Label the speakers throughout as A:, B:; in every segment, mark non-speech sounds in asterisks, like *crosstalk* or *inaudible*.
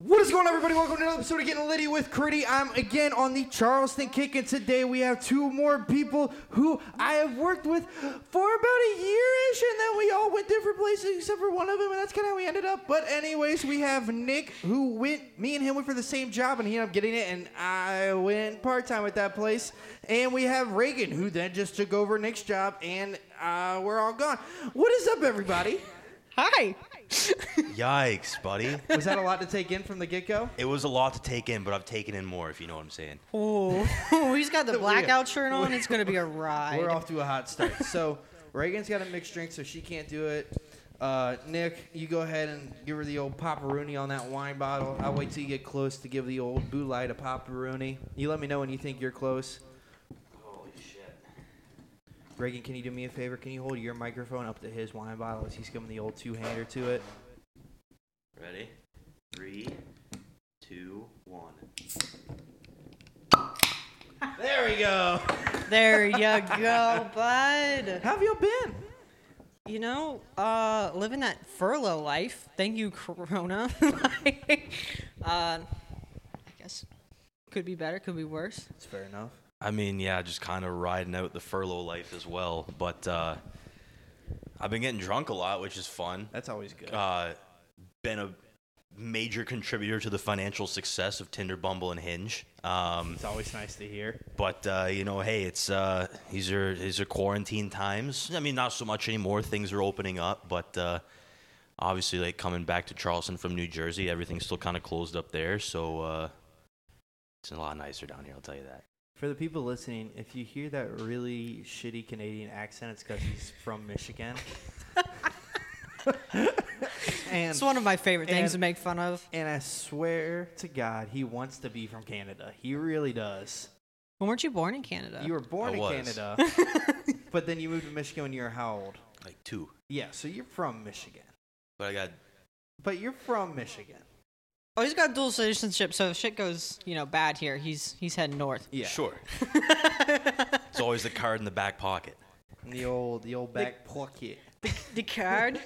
A: What is going on, everybody? Welcome to another episode of Getting Litty with Critty. I'm again on the Charleston kick, and today we have two more people who I have worked with for about a year-ish, and then we all went different places except for one of them, and that's kind of how we ended up. But anyways, we have Nick, who went, me and him went for the same job, and he ended up getting it, and I went part-time at that place. And we have Reagan, who then just took over Nick's job, and uh, we're all gone. What is up, everybody?
B: Hi.
C: Yikes, buddy.
A: Was that a lot to take in from the get-go?
C: It was a lot to take in, but I've taken in more, if you know what I'm saying.
B: Oh, *laughs* he's got the blackout shirt on. It's gonna be a
A: *laughs*
B: ride. *laughs*
A: We're off to a hot start. So Reagan's got a mixed drink, so she can't do it. Uh, Nick, you go ahead and give her the old paparoni on that wine bottle. I'll wait till you get close to give the old boulay to paparoni. You let me know when you think you're close.
C: Holy shit.
A: Reagan, can you do me a favor? Can you hold your microphone up to his wine bottle as he's giving the old two-hander to it?
C: Ready? Three, two, one.
A: There we go.
B: There you go, bud.
A: How have y'all been?
B: You know, uh, living that furlough life. Thank you, Corona. *laughs* Like, uh, I guess could be better, could be worse.
A: That's fair enough.
C: I mean, yeah, just kind of riding out the furlough life as well. But uh, I've been getting drunk a lot, which is fun.
A: That's always good.
C: Uh, been a major contributor to the financial success of Tinder, Bumble, and Hinge. Um,
A: It's always nice to hear.
C: But uh, you know, hey, it's uh, these are these are quarantine times. I mean, not so much anymore. Things are opening up, but uh, obviously, like coming back to Charleston from New Jersey, everything's still kind of closed up there. So uh, it's a lot nicer down here. I'll tell you that.
A: For the people listening, if you hear that really shitty Canadian accent, it's because he's from
C: *laughs*
A: Michigan. and
B: It's one of my favorite
A: and-
B: things to make fun of.
A: and I swear to God, he wants to be from Canada. He really does.
B: When weren't you born in Canada?
A: You were born
C: I
A: in
C: was.
A: Canada,
C: *laughs*
A: but then you moved to Michigan when you were how old?
C: Like two,
A: Yeah, so you're from Michigan,
C: but I got
A: but you're from Michigan.
B: oh, he's got dual citizenship, so if shit goes, you know, bad here, he's he's heading north.
A: Yeah,
C: sure. *laughs* it's always the card in the back pocket.
A: The old, the old back pocket. *laughs*
B: The card.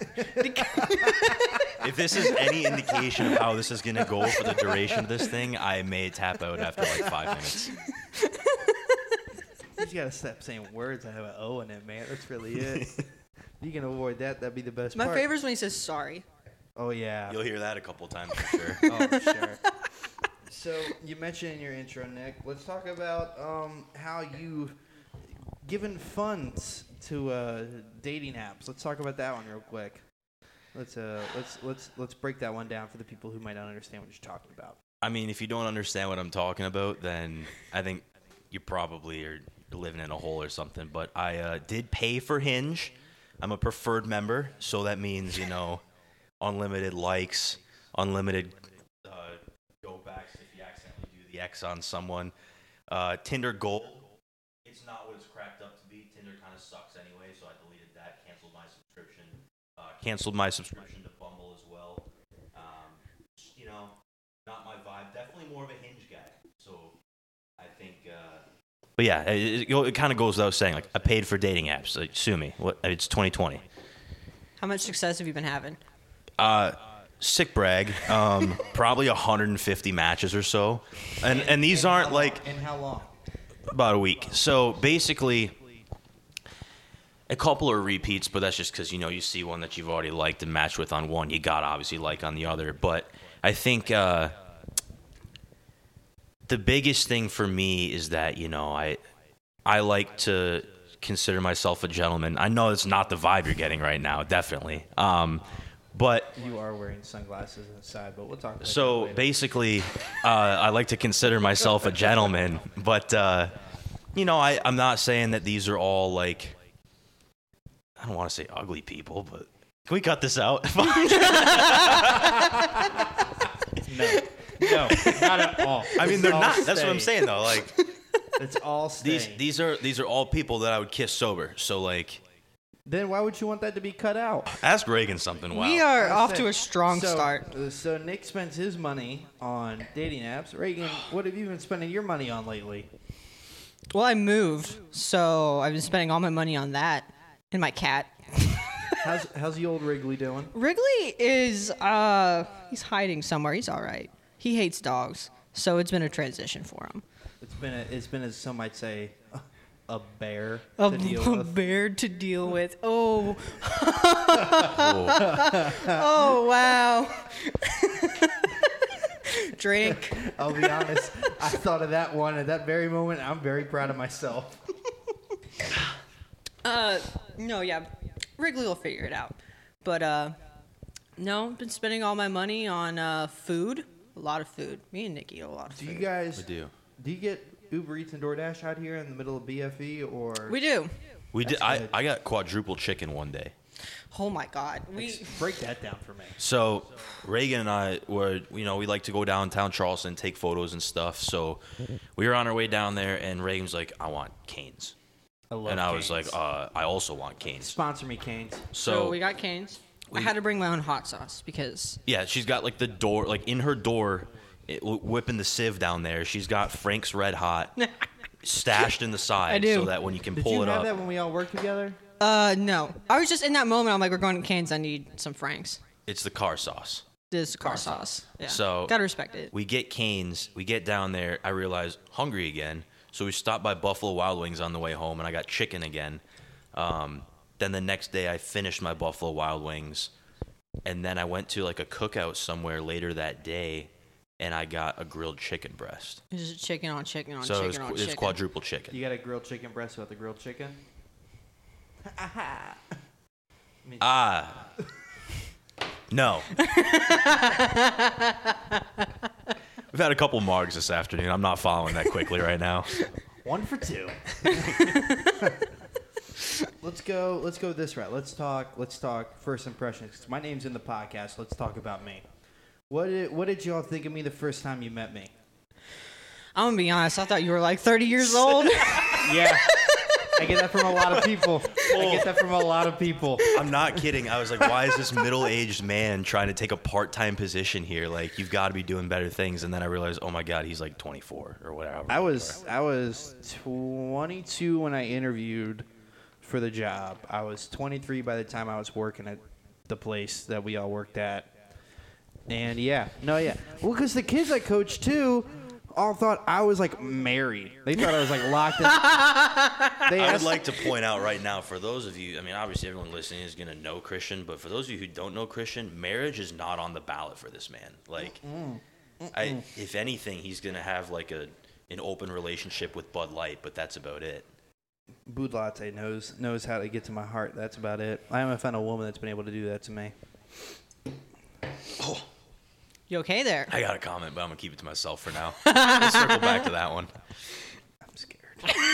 C: If this is any indication of how this is gonna go for the duration of this thing, I may tap out after like five minutes.
A: You just gotta stop saying words that have an O in it, man. That's really
C: *laughs*
A: it. you can avoid that. That'd be the best.
B: My
A: part.
B: favorite is when he says sorry.
A: Oh yeah.
C: You'll hear that a couple times for sure.
B: *laughs*
A: Oh, sure. so you mentioned in your intro, Nick. Let's talk about um, how you've given funds to uh, dating apps. Let's talk about that one real quick. Let's uh, let's let's let's break that one down for the people who might not understand what you're talking about.
C: I mean, if you don't understand what I'm talking about, then I think you probably are living in a hole or something. But I uh, did pay for Hinge. I'm a preferred member, so that means you know, unlimited likes, unlimited uh, go backs if you accidentally do the X on someone. Uh, Tinder Gold. It's not what it's cracked up to be. Tinder kind of sucks anyway, so I deleted that, canceled my subscription, uh, canceled my subscription to Bumble as well. Um, you know, not my vibe. Definitely more of a hinge guy. So I think. Uh, but yeah, it, it, it kind of goes without saying. Like I paid for dating apps. Like, sue me. What? It's 2020.
B: How much success have you been having?
C: Uh, sick brag. Um, *laughs* probably 150 matches or so, and and these aren't like
A: And how long?
C: about a week. So basically, a couple are repeats, but that's just because you know you see one that you've already liked and matched with on one, you got to obviously like on the other. But I think uh, the biggest thing for me is that you know I I like to consider myself a gentleman. I know it's not the vibe you're getting right now, definitely. Um, but
A: You are wearing sunglasses inside, but we'll talk. About
C: so basically, uh, I like to consider myself a gentleman, but uh, you know, I, I'm not saying that these are all like I don't want to say ugly people, but can we cut this
B: *laughs*
C: out? *laughs*
A: no, not at all.
C: I mean, they're not. That's what I'm saying though. Like
A: It's all
C: these these are these are all people that I would kiss sober. So like,
A: then why would you want that to be cut out?
C: ask Reagan something. Wow.
B: We are
A: That's
B: off
A: it.
B: to a strong
A: So-
B: start.
A: uh, So Nick spends his money on dating apps. Reagan, what have you been spending your money on lately?
B: Well, I moved, so I've been spending all my money on that and my cat.
A: How's how's the old Wrigley doing?
B: Wrigley is uh he's hiding somewhere. He's all right. He hates dogs, so it's been a transition for him.
A: It's been a, it's been as some might say a bear
B: A,
A: to deal
B: a
A: with.
B: bear to deal with.
A: *laughs*
B: Oh, *laughs* oh wow. *laughs* Drink.
A: I'll be honest. I thought of that one at that very moment. I'm very proud of myself.
B: Uh, no, yeah, Wrigley will figure it out. But uh, no, I've been spending all my money on uh, food. A lot of food. Me and Nikki eat a lot of
A: Do
B: food.
A: you guys
C: We do.
A: Do you get Uber Eats and DoorDash out here in the middle of BFE or
B: We do.
C: We did. I,
A: good.
C: I got quadruple chicken one day.
B: Oh my God. We
A: break that down for me?
C: So Reagan and I were, you know, we like to go downtown Charleston, take photos and stuff. So we were on our way down there, and Reagan's like, "I want canes,"
A: I love
C: and I was like,
A: Cane's.
C: uh, "I also want canes."
A: sponsor me, Canes.
B: so,
C: So
B: we got canes. I
C: we-
B: had to bring my own hot sauce because
C: yeah, she's got like the door, like in her door, it, w- whipping the sieve down there. She's got Frank's Red Hot stashed in the side,
B: I do.
C: so that when you can
A: Did
C: pull
A: you
C: it
A: have
C: up,
A: that when we all worked together?
B: uh no, I was just in that moment. I'm like, we're going to Canes. I need some Franks.
C: it's the car sauce.
B: This car sauce. Yeah.
C: So-
B: gotta respect it.
C: We get canes. We get down there. I realize hungry again. So we stopped by Buffalo Wild Wings on the way home, and I got chicken again. Um, then the next day, I finished my Buffalo Wild Wings, and then I went to like a cookout somewhere later that day, and I got a grilled chicken breast.
B: It's just chicken on chicken on
C: so
B: chicken
C: it was,
B: on
C: it was
B: chicken.
C: quadruple chicken.
A: You got a grilled chicken breast with the grilled chicken?
C: Ah, no.
B: *laughs*
C: We've had a couple margs this afternoon. I'm not following that quickly right now.
A: One for *laughs* two. let's go. Let's go this route. Let's talk. Let's talk first impressions. 'cause my name's in the podcast. Let's talk about me. What did What did y'all think of me the first time you met me?
B: I'm gonna be honest. I thought you were like 30
C: *laughs*
B: years old.
A: Yeah. I get that from a lot of people. I get that from a lot of people.
C: I'm not kidding. I was like, why is this middle aged man trying to take a part time position here? Like, you've got to be doing better things. And then I realized, oh my God, he's like 24 or whatever.
A: I was I was 22 when I interviewed for the job. I was 23 by the time I was working at the place that we all worked at. And yeah, no, yeah. Well, because the kids I coached too all thought I was like married. They thought I was like locked
C: *laughs*
A: up. They
C: I would
A: asked-
C: like to point out right now for those of you, I mean, obviously everyone listening is going to know Christian, but for those of you who don't know Christian, marriage is not on the ballot for this man. Like, I, if anything, he's going to have like a an open relationship with Bud Light, but that's about it.
A: Bud Latte knows knows how to get to my heart. That's about it. I haven't found a woman that's been able to do that to me.
B: you okay there?
C: I got a comment, but I'm going to keep it to myself for now. We'll circle back to that one.
A: I'm *laughs* scared.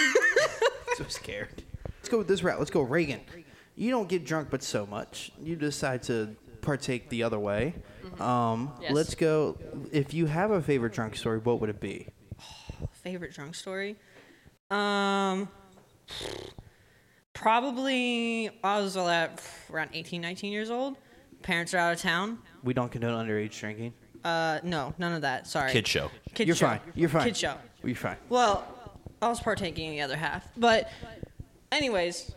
A: so scared. Let's go with this route. Let's go Reagan. You don't get drunk, but so much. You decide to partake the other way. Um,
B: Mm-hmm. Yes.
A: Let's go. If you have a favorite drunk story, what would it be?
B: Favorite drunk story? Um, probably I was at around 18, 19 years old. Parents are out of town.
A: We don't condone underage drinking.
B: Uh, no, none of that. Sorry.
C: Kid show.
B: Kid
A: You're
B: show.
A: fine. You're fine.
B: Kid show.
A: You're fine.
B: Well, I was partaking in the other half, but anyways,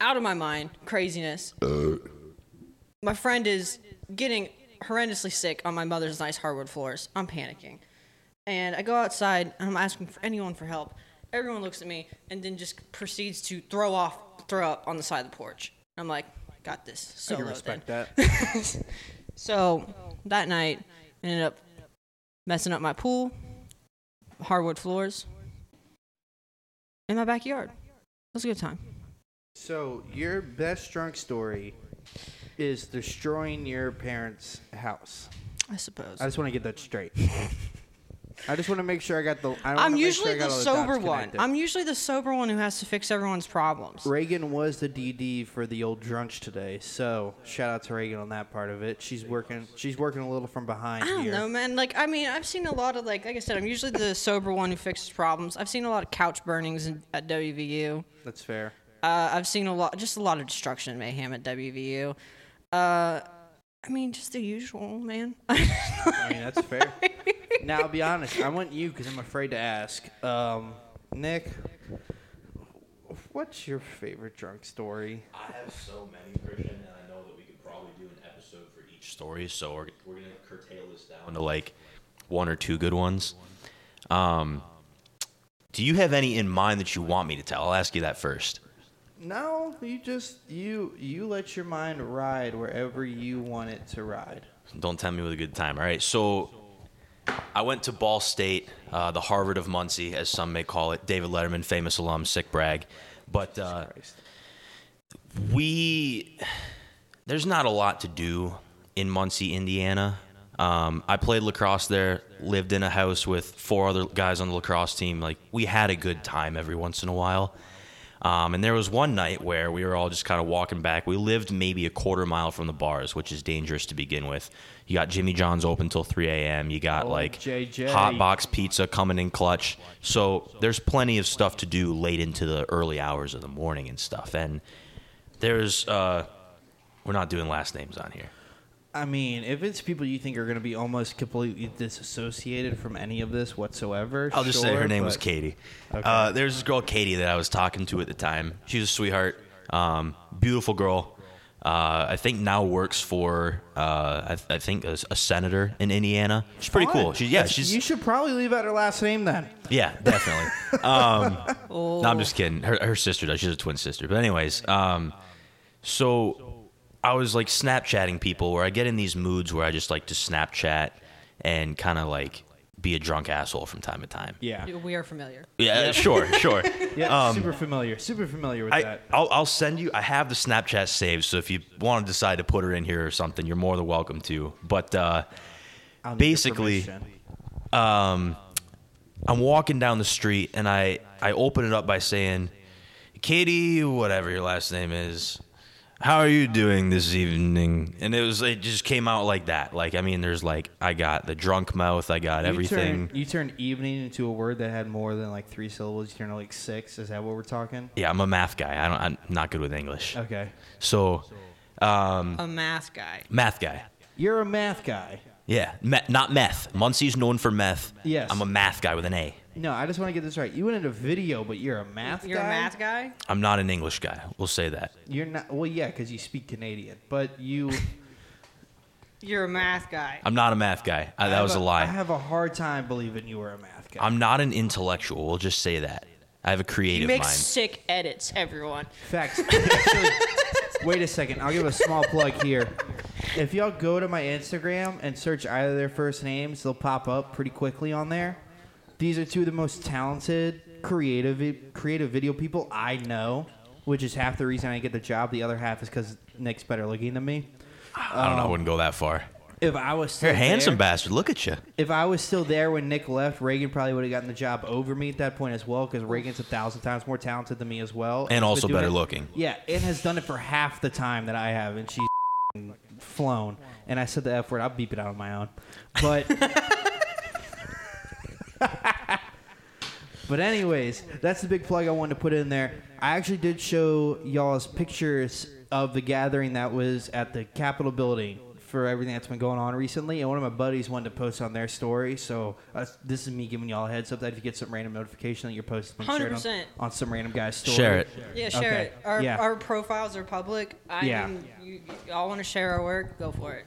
B: out of my mind, craziness. My friend is getting horrendously sick on my mother's nice hardwood floors. I'm panicking, and I go outside and I'm asking for anyone for help. Everyone looks at me and then just proceeds to throw off, throw up on the side of the porch. I'm like, got this. So
A: I can respect that.
B: *laughs* so that night, I ended up messing up my pool, hardwood floors, in my backyard. It was a good time.
A: So your best drunk story is destroying your parents' house.
B: I suppose.
A: I just want to get that straight. *laughs* I just want to make sure I got the. I wanna
B: I'm
A: make sure
B: usually
A: I got
B: the
A: all the
B: sober
A: dots
B: one.
A: connected.
B: I'm usually the sober one who has to fix everyone's problems.
A: Reagan was the DD for the old drunch today, so shout out to Reagan on that part of it. She's working. She's working a little from behind
B: I don't
A: here.
B: know, man. Like, I mean, I've seen a lot of like, like I said, I'm usually the sober one who fixes problems. I've seen a lot of couch burnings in, at WVU.
A: That's
B: *laughs*
A: fair.
B: Uh, I've seen a lot, just a lot of destruction and mayhem at WVU. Uh, I mean, just the usual, man. *laughs*
A: I mean, that's fair. now I'll be honest. I want you because I'm afraid to ask. Um, Nick, what's your favorite drunk story?
C: I have so many, Christian, and I know that we could probably do an episode for each stories, so we're, we're gonna curtail this down to like one or two good ones. Um, do you have any in mind that you want me to tell? I'll ask you that first.
A: No, you just you you let your mind ride wherever you want it to ride.
C: Don't tell me with a good time. All right, so I went to Ball State, uh, the Harvard of Muncie, as some may call it. David Letterman, famous alum, sick brag. But uh,
A: Christ.
C: we there's not a lot to do in Muncie, Indiana. Um, I played lacrosse there, lived in a house with four other guys on the lacrosse team. Like we had a good time every once in a while. Um, and there was one night where we were all just kind of walking back. We lived maybe a quarter mile from the bars, which is dangerous to begin with. You got Jimmy John's open till 3 a.m. You got
A: Oh,
C: like
A: JJ.
C: hot box pizza coming in clutch. So there's plenty of stuff to do late into the early hours of the morning and stuff. And there's uh, we're not doing last names on here.
A: I mean, if it's people you think are going to be almost completely disassociated from any of this whatsoever,
C: I'll just say her
A: sure,
C: name was
A: but-
C: Katie. Uh, there's this girl Katie that I was talking to at the time. She was a sweetheart, um, beautiful girl. Uh, I think now works for uh, I, th- I think a, a senator in Indiana. She's pretty cool.
A: Fine.
C: She, yeah,
A: That's-
C: she's
A: You should probably leave out her last name then.
C: yeah,
A: *laughs*
C: definitely. No, I'm
B: Oh.
C: just kidding. Her, her sister does. She's a twin sister. But anyways, um, so I was like Snapchatting people where I get in these moods where I just like to Snapchat and kind of like be a drunk asshole from time to time.
A: Yeah.
B: We are familiar.
C: Yeah, sure,
A: *laughs*
C: sure.
A: Yeah, super familiar. Super familiar with
C: Um, I,
A: that.
C: I'll, I'll send you. I have the Snapchat saved, so if you want to decide to put her in here or something, you're more than welcome to. But uh,
A: I'll need your
C: basically-
A: permission.
C: I'm walking down the street and I, I open it up by saying, Katie, whatever your last name is, how are you doing this evening? And it was it just came out like that. Like I mean, there's like I got the drunk mouth, I got everything.
A: You turned, you turned evening into a word that had more than like three syllables. You turned it like six. Is that what we're talking?
C: yeah, I'm a math guy. I don't. I'm not good with English.
A: Okay.
C: So Mm.
B: A math guy.
C: math guy.
A: You're a math guy.
C: Yeah, me- not meth. Muncie's known for meth.
A: Yes.
C: I'm a math guy with an A.
A: No, I just want to get this right. You went into video, but you're a math
B: You're
A: guy.
B: a math guy?
C: I'm not an English guy. We'll say that.
A: You're not. Well, yeah, because you speak Canadian, but you.
B: You're a math guy.
C: I'm not a math guy. I, *laughs* that was a
A: I
C: lie.
A: have a hard time believing you were a math guy.
C: I'm not an intellectual. We'll just say that. I have a
B: You
C: creative
B: make
C: mind.
B: sick edits, everyone.
A: Facts. *laughs* Actually, wait a second. I'll give a small plug here. If y'all go to my Instagram and search either of their first names, they'll pop up pretty quickly on there. These are two of the most talented, creative, creative video people I know, which is half the reason I get the job. The other half is because Nick's better looking than me.
C: I don't know. I wouldn't go that far.
A: If I was still
C: You're a handsome
A: um, there,
C: bastard. Look at you.
A: if I was still there when Nick left, Reagan probably would have gotten the job over me at that point as well, because Reagan's a thousand times more talented than me as well,
C: And
A: has
C: also
A: been doing
C: better
A: it-
C: looking.
A: Yeah, and has done it for half the time that I have, and she's *laughs* flown. And I said the f word. I'll beep it out on my own, but. But anyways, that's the big plug I wanted to put in there. I actually did show y'all's pictures of the gathering that was at the Capitol building for everything that's been going on recently, and one of my buddies wanted to post on their story. So uh, this is me giving y'all a heads up that if you get some random notification that your post has been shared on,
B: 100%.
A: on some random guy's story,
C: Share it.
B: Yeah, share
A: Okay.
B: it. Our,
A: Yeah.
B: our profiles are public. I
A: Yeah.
B: am, you, y'all want to share our work? Go for
C: *laughs*
B: it.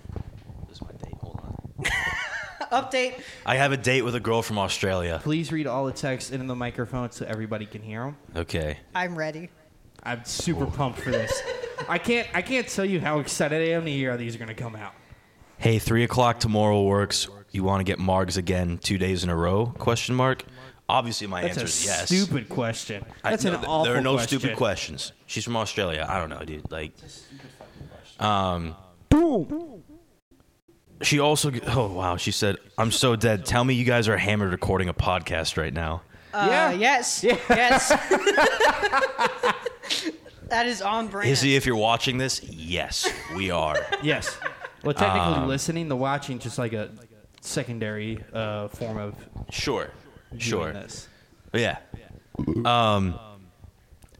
C: This is my date. Hold on.
B: Update.
C: I have a date with a girl from Australia.
A: Please read all the text into the microphone so everybody can hear them.
C: Okay.
B: I'm ready.
A: I'm super pumped for this. I can't I can't tell you how excited I am to hear how these are gonna come out.
C: Hey, three o'clock tomorrow works. You want to get margs again two days in a row? Question mark. Obviously, my
A: That's
C: answer
A: a
C: is yes.
A: stupid question.
C: I-
A: That's
C: no,
A: an
C: th-
A: awful.
C: There are no
A: question.
C: stupid questions. She's from Australia. I don't know, dude. Like, um, she also. g- Oh wow, she said, "I'm so dead." Tell me, you guys are hammered recording a podcast right now.
B: Uh,
A: Yeah. *laughs*
B: Yes. Yes. *laughs* that is on brand.
C: Izzy, if you're watching this, yes, we are.
A: Yes.
C: Um,
A: Well, technically, listening, the watching, just like a secondary uh, form of
C: sure,
A: doing
C: sure,
A: this.
C: yeah.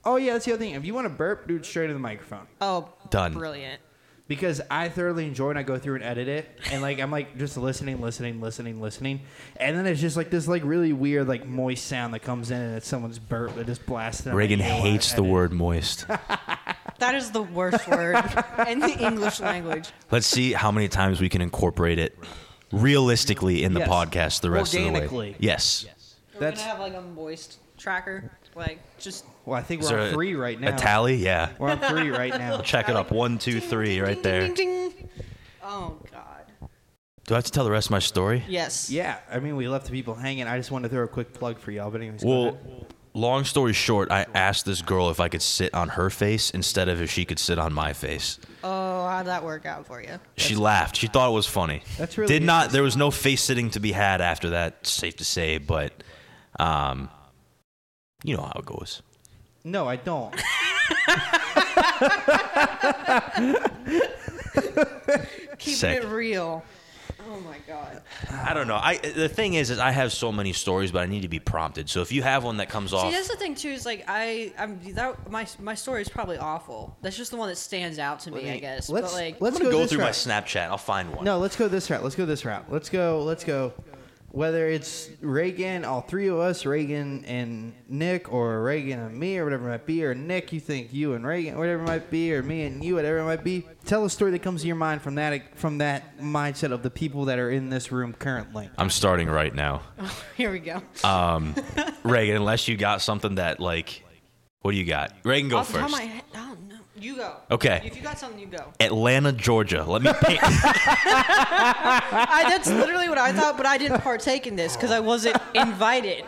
A: Oh yeah, that's the other thing. If you want to burp, do it straight into the microphone.
B: Oh,
C: Done.
B: Brilliant.
A: because I thoroughly enjoy and I go through and edit it and like I'm like just listening, listening, listening, listening, and then it's just like this like really weird like moist sound that comes in and it's someone's burp that just blasts.
C: Reagan hates the word moist.
B: That is the worst word in the English language.
C: Let's see how many times we can incorporate it realistically in the
A: Yes.
C: podcast the rest of the way.
D: Organically.
C: Yes.
B: We're
A: That's-
B: gonna have like a moist tracker, like just
A: Well, I think
C: Is
A: we're
C: there
A: on
C: a-
A: three right now.
C: A tally? Yeah.
A: We're on three right now.
C: *laughs* Check it up. One, two, three, right there. Do
B: Oh God.
C: I have to tell the rest of my story?
B: Yes.
A: Yeah, I mean, we left the people hanging. I just wanted to throw a quick plug for y'all, but anyways. go
C: Well,
A: ahead.
C: long story short, I asked this girl if I could sit on her face instead of if she could sit on my face.
B: Oh, how'd that work out for you?
C: She laughed. She thought it was funny.
A: That's really
C: did not. There was no face sitting to be had after that. Safe to say, but um, you know how it goes.
A: no, I
B: *laughs*
A: don't.
B: Keeping
C: Sick.
B: it real. Oh my God.
C: I don't know. I the thing is, is I have so many stories, but I need to be prompted. So if you have one that comes
B: See,
C: off,
B: that's the thing too. Is like I, I'm that my my story is probably awful. That's just the one that stands out to me,
C: me-
B: I guess.
A: let's-
B: but like,
A: let's-
C: I'm gonna
A: go
C: go
A: this
C: through my
A: route.
C: Snapchat. I'll find one.
A: No, let's go this route. Let's go this route. Let's go. Let's go. Whether it's Reagan, all three of us, Reagan and Nick, or Reagan and me, or whatever it might be, or Nick, you think you and Reagan, whatever it might be, or me and you, whatever it might be. Tell a story that comes to your mind from that from that mindset of the people that are in this room currently.
C: I'm starting right now.
B: *laughs* here we go.
C: Reagan, unless you got something that like, what do you got? Reagan, go
B: Off the top of
C: first.
B: my head, I don't know. You go.
C: Okay.
B: If you got something, you go.
C: Atlanta, Georgia. Let
B: *laughs*
C: me paint.
B: I, that's literally what I thought, but I didn't partake in this because I wasn't invited.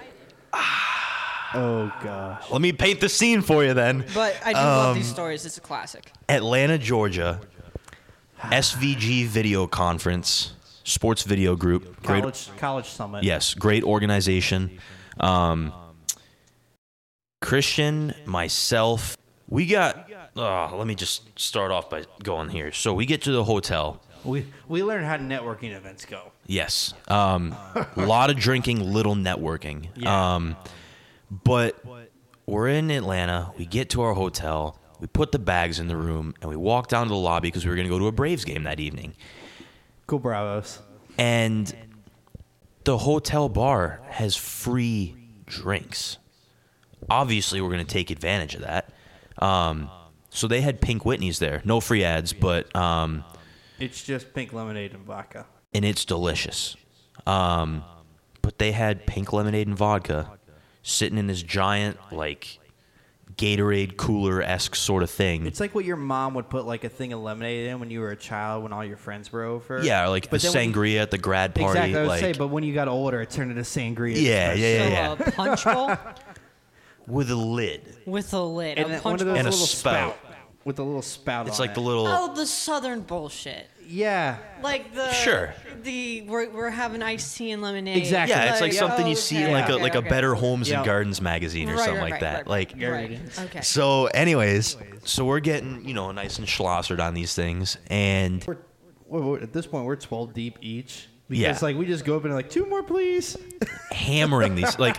A: Oh gosh.
C: let me paint the scene for you then.
B: But I do love
C: Um,
B: these stories. It's a classic.
C: Atlanta, Georgia. SVG Video Conference, Sports Video Group. Great
A: College College Summit.
C: Yes, great organization. Um, Christian, myself, we got. Oh, let me just start off by going here. So we get to the hotel.
A: We we learned how networking events go.
C: Yes, a lot of drinking, little networking.
A: Yeah.
C: Um, but we're in Atlanta. We get to our hotel. We put the bags in the room and we walk down to the lobby because we were going to go to a Braves game that evening.
A: Cool bravos.
C: and the hotel bar has free drinks. Obviously, we're going to take advantage of that. Um, so they had Pink Whitney's there, no free ads, but um,
A: It's just pink lemonade and vodka.
C: and it's delicious. Um, but they had pink lemonade and vodka sitting in this giant like Gatorade cooler esque sort of thing.
A: It's like what your mom would put like a thing of lemonade in when you were a child when all your friends were over.
C: yeah, like the
A: But then when you-
C: sangria at the grad party.
A: Exactly, I would
C: like,
A: say, but when you got older, it turned into sangria.
C: yeah, yeah,
B: So
C: yeah, yeah.
A: *laughs*
B: a punch bowl
C: with a lid.
B: with a lid.
A: and
B: a
A: then one
B: punch
A: of those
B: bowl.
C: And a
A: little
C: spout.
A: with a little spout.
C: It's
A: on
C: like the
A: it.
C: little.
B: Oh, the southern bullshit.
A: yeah,
B: Like the
C: Sure.
B: The we're, we're having iced tea and lemonade.
A: Exactly.
C: Yeah, it's like
B: Like,
C: something
B: oh,
C: you see in
B: okay,
C: like a
B: okay,
C: like a
B: okay.
C: Better Homes
A: Yeah.
C: and Gardens magazine or
B: Right,
C: something
B: right,
C: like
B: right,
C: that.
B: right,
C: like
B: right.
A: Gardens.
B: Okay.
C: so. Anyways, so we're getting you know nice and schlossered on these things, and
A: we're, we're, we're- at this point we're twelve deep each because
C: Yeah.
A: like we just go up and like two more, please.
C: hammering these like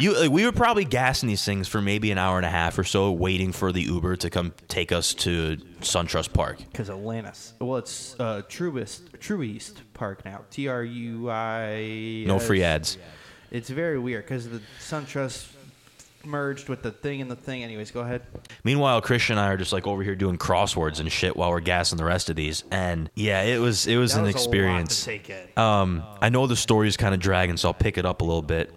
C: you like, we were probably gassing these things for maybe an hour and a half or so, waiting for the Uber to come take us to SunTrust Park.
A: Because Atlantis, well, it's uh, Truist Truist Park now. T R U I.
C: No free ads.
A: It's very weird because the SunTrust merged with the thing and the thing. Anyways, go ahead.
C: Meanwhile, Christian and I are just like over here doing crosswords and shit while we're gassing the rest of these, and yeah, it was it was an experience. Um, I know the story is kind of dragging, so I'll pick it up a little bit.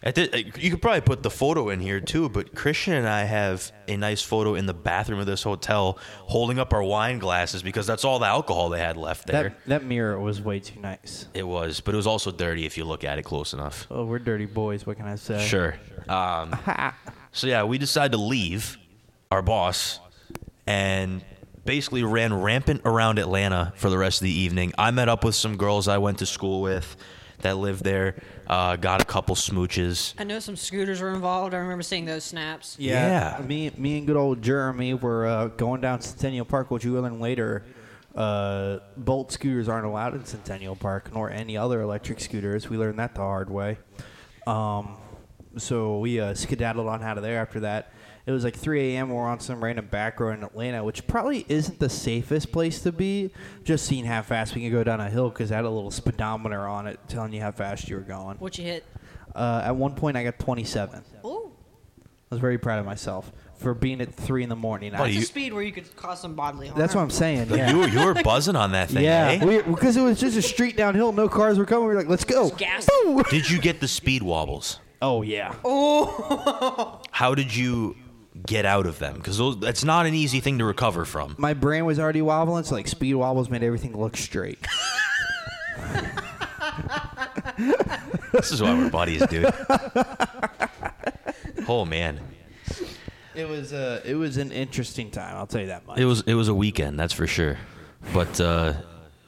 C: At thi- uh, you could probably put the photo in here too, but Christian and I have a nice photo in the bathroom of this hotel, holding up our wine glasses because that's all the alcohol they had left there.
A: That that mirror was way too nice.
C: it was, but it was also dirty if you look at it close enough.
A: Oh, we're dirty boys. What can I say?
C: Sure. Um, so yeah, we decided to leave our boss and basically ran rampant around Atlanta for the rest of the evening. I met up with some girls I went to school with that lived there, uh, got a couple smooches.
B: I know some scooters were involved. I remember seeing those snaps.
A: Yeah.
C: Yeah.
A: Me, me and good old Jeremy were uh, going down Centennial Park, which we will learn later. Uh, bolt scooters aren't allowed in Centennial Park, nor any other electric scooters. We learned that the hard way. Um, so we uh, skedaddled on out of there after that. It was like 3 a.m. We're on some random back road in Atlanta, which probably isn't the safest place to be. Just seeing how fast we can go down a hill because it had a little speedometer on it telling you how fast you were going.
B: What you hit?
A: Uh, at one point, I got 27.
B: Oh,
A: I was very proud of myself for being at three in the morning. I-
C: Buddy,
B: It's
C: you-
B: a speed where you could cause some bodily harm.
A: that's what I'm saying. Yeah.
C: You, you were buzzing on that thing, eh?
A: yeah, because it was just a street downhill. No cars were coming. We were like, let's
C: *laughs*
A: go.
B: gas.
A: Boom.
C: Did you get the speed wobbles?
A: Oh yeah.
C: How did you get out of them? Because that's not an easy thing to recover from.
A: My brain was already wobbling, so like speed wobbles made everything look straight.
C: This is why we're buddies, *laughs* dude. oh man,
A: It was uh, it was an interesting time. I'll tell you that much.
C: it was it was a weekend, that's for sure. But uh,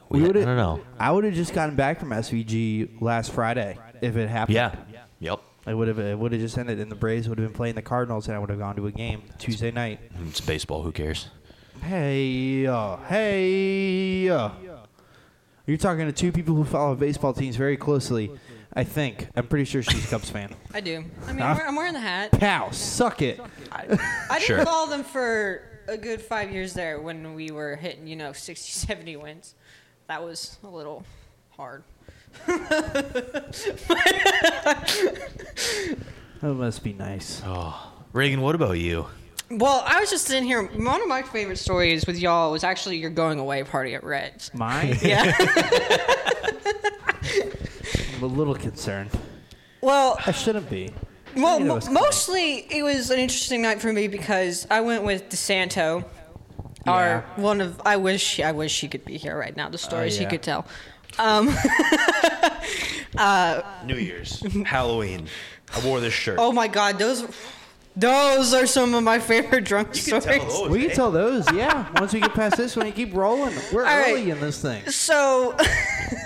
C: we,
A: We
C: I
A: would've-
C: don't know.
A: I would have just gotten back from SVG last Friday if it happened.
C: Yeah. Yep.
A: I would have. It would have just ended, and the Braves would have been playing the Cardinals, and I would have gone to a game Tuesday night.
C: It's baseball. Who cares?
A: Hey, uh, hey. Uh. You're talking to two people who follow baseball teams very closely. I think. I'm pretty sure she's a Cubs *laughs* fan.
B: *laughs* I do. I mean,
A: Huh?
B: I'm wear- I'm wearing the hat.
A: Pow! Suck it.
B: I didn't
C: Sure.
B: follow them for a good five years there when we were hitting, you know, *laughs* 60, 70 wins. That was a little hard.
A: That must be nice.
C: Reagan, what about you?
B: Well, I was just sitting here. One of my favorite stories with y'all was actually your going away party at Red's.
A: *laughs* Mine.
B: Yeah.
A: I'm a little concerned.
B: Well,
A: I shouldn't be.
B: well,
A: knew it
B: mo-
A: was coming.
B: mostly it was an interesting night for me because I went with DeSanto. Our
A: Yeah. Oh,
B: one of I wish I wish she could be here right now. The stories
A: yeah.
B: he could tell.
C: New Year's, *laughs* Halloween. I wore this shirt.
B: Oh my God, those those are some of my *laughs* favorite drunk stories.
A: We can tell those, yeah. Once we get past this one, you keep rolling. We're
B: All
A: early
B: right.
A: in this thing.
B: So,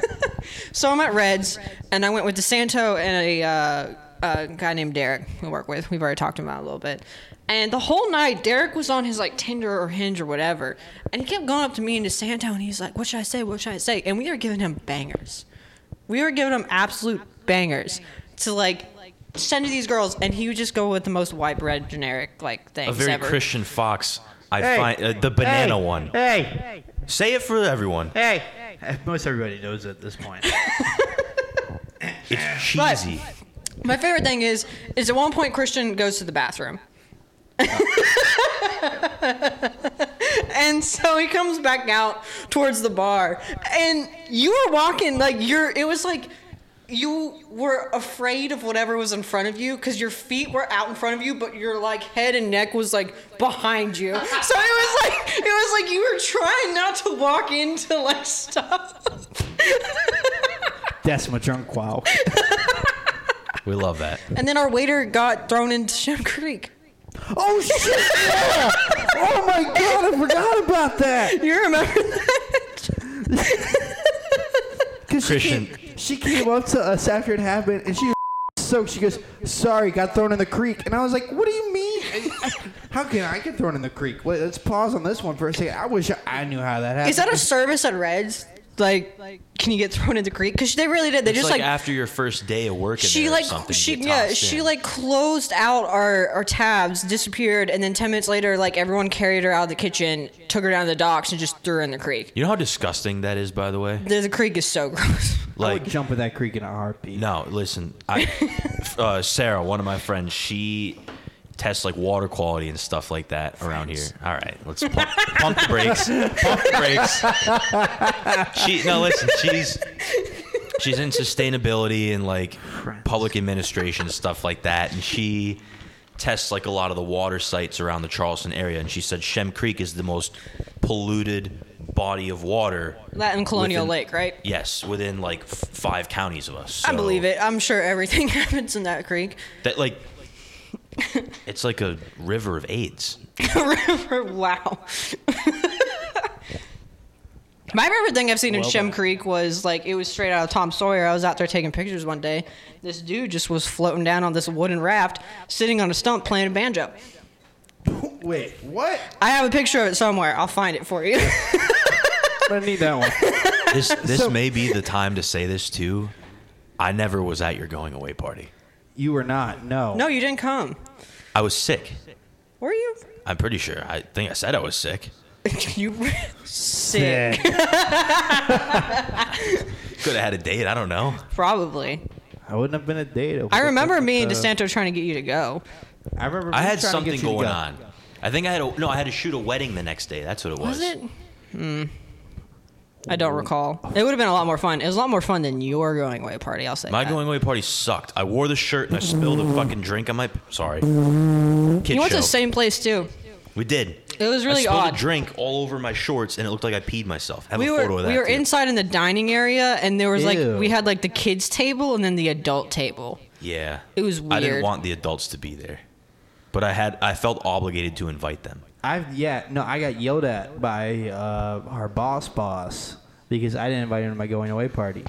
B: *laughs* so I'm at Reds, and I went with DeSanto and a, uh, a guy named Derek we work with. We've already talked about it a little bit. And the whole night, Derek was on his like Tinder or Hinge or whatever, and he kept going up to me and DeSanto, and he's like, "What should I say? What should I say?" And we were giving him bangers. We were giving him absolute bangers to like send to these girls, and he would just go with the most white bread generic like
C: A
B: things
C: very
B: ever.
C: Christian fox. I
A: Hey.
C: find uh, the banana one.
A: Hey,
C: Say it for everyone.
A: hey, hey. Most everybody knows at this *laughs* point.
C: It's
B: But-
C: cheesy.
B: My favorite thing is is at one point Christian goes to the bathroom. *laughs* and so he comes back out towards the bar and you were walking like you're it was like you were afraid of whatever was in front of you because your feet were out in front of you but your like head and neck was like behind you so it was like it was like you were trying not to walk into like stuff
A: That's my drunk wow.
C: We love that.
B: and then our waiter got thrown into shim creek
A: Oh shit! yeah. *laughs* Oh my god, I forgot about that.
B: you remember
A: Cause she
C: Christian.
A: came, she came up to us after it happened, and she was *laughs* soaked. She goes, "Sorry, got thrown in the creek." And I was like, "What do you mean? How can I get thrown in the creek?" Wait, let's pause on this one for a second. I wish I knew how that happened.
B: Is that a service at Reds? Like, can you get thrown in the creek? Because they really did. They
C: It's
B: just
C: like,
B: like,
C: after your first day of work. in
B: she
C: there or
B: like
C: something, you
B: she
C: get
B: yeah
C: tossed
B: she
C: in.
B: like closed out our our tabs, disappeared, and then ten minutes later, like everyone carried her out of the kitchen, took her down to the docks, and just threw her in the creek.
C: You know how disgusting that is, by the way.
B: The, the creek is so *laughs* gross.
A: I would
C: Like
A: jump in that creek in a heartbeat.
C: No, listen.
B: *laughs*
C: I, uh, Sarah, one of my friends, she tests like water quality and stuff like that around here. All right, let's pump, pump the brakes. Pump the brakes. She no, listen. She's she's in sustainability and like public administration and stuff like that, and she tests like a lot of the water sites around the Charleston area, and she said Shem Creek is the most polluted body of water.
B: That and Colonial
C: within-
B: Lake, right?
C: Yes, within like f- five counties of us.
B: I
C: So-
B: believe it. I'm sure everything *laughs* happens in that creek.
C: that like it's like a river of AIDS.
B: *laughs* wow. My favorite thing I've seen in Shem Creek was like it was straight out of Tom Sawyer. I was out there taking pictures one day. This dude just was floating down on this wooden raft, sitting on a stump playing a banjo.
A: *laughs* Wait, what?
B: I have a picture of it somewhere. I'll find it for you. *laughs*
A: I need that one.
C: This this
A: So-
C: may be the time to say this too. I never was at your going away party.
A: You were not. No.
B: no, you didn't come.
C: I was sick.
B: Were you? *laughs*
C: I'm pretty sure. I think I said I was sick.
B: you were sick.
C: Could have had a date. I don't know.
B: Probably.
A: I wouldn't have been a date.
B: I remember
A: would've-
B: me and
A: uh,
B: DeSanto trying to get you to go.
A: I remember.
C: I
A: me
C: had
A: trying to get
C: something
A: you to
C: going
A: go.
C: on. I think I had a, no. I had to shoot a wedding the next day. That's what it was.
B: Was it? Hmm. I don't recall. It would have been a lot more fun. It was a lot more fun than your going away party. I'll say.
C: My
B: that.
C: going away party sucked. I wore the shirt and I spilled a fucking drink on my. Sorry. Kid
B: You went to
C: show.
B: the same place too.
C: We did.
B: It was really
C: I spilled
B: odd.
C: a drink all over my shorts and it looked like I peed myself. Have
B: We
C: a
B: were
C: photo of that.
B: we were
C: too.
B: inside in the dining area, and there was
A: Ew.
B: like we had like the kids table and then the adult table.
C: Yeah.
B: It was
C: I didn't
B: weird.
C: want the adults to be there, but I had. I felt obligated to invite them.
A: I've yeah no, I got yelled at by uh, our boss boss because I didn't invite him to my going away party.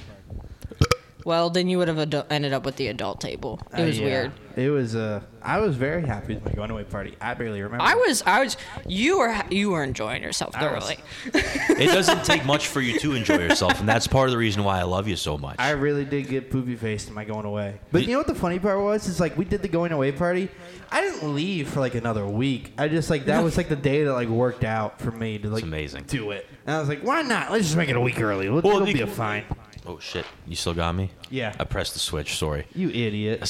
B: Well, then you would have adu- ended up with the adult table. It
A: Uh,
B: was
A: yeah.
B: weird.
A: It was uh, I was very happy with my going away party. I barely remember.
B: I
A: it.
B: was I was you were you were enjoying yourself
A: I was.
B: thoroughly.
C: It doesn't take much for you to enjoy yourself, and that's part of the reason why I love you so much.
A: I really did get poopy faced in my going away. But
C: Did-
A: you know what the funny part was? Is like we did the going away party. I didn't leave for like another week. I just like that was like the day that like worked out for me to like
C: amazing.
A: do it. And I was like, why not? Let's just make it a week early. We'll,
C: Well,
A: it'll
C: you
A: be a
C: can-
A: fine.
C: oh shit! You still got me.
A: Yeah.
C: I pressed the switch. Sorry.
A: *laughs* You idiot.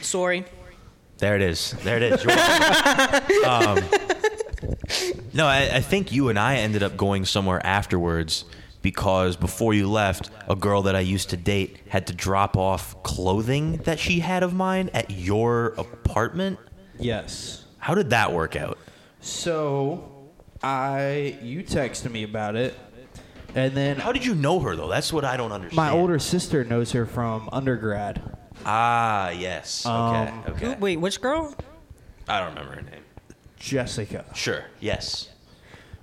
B: Sorry.
C: There it is. There it is. You're welcome. um, no, I, I think you and I ended up going somewhere afterwards because before you left, a girl that I used to date had to drop off clothing that she had of mine at your apartment.
A: Yes.
C: How did that work out?
A: So, I you texted me about it, and then
C: How did you know her though? That's what I don't understand.
A: my older sister knows her from undergrad.
C: Ah, yes. Okay.
A: Um,
C: okay.
B: Wait, which girl?
C: I don't remember her name.
A: Jessica
C: Sure. Yes.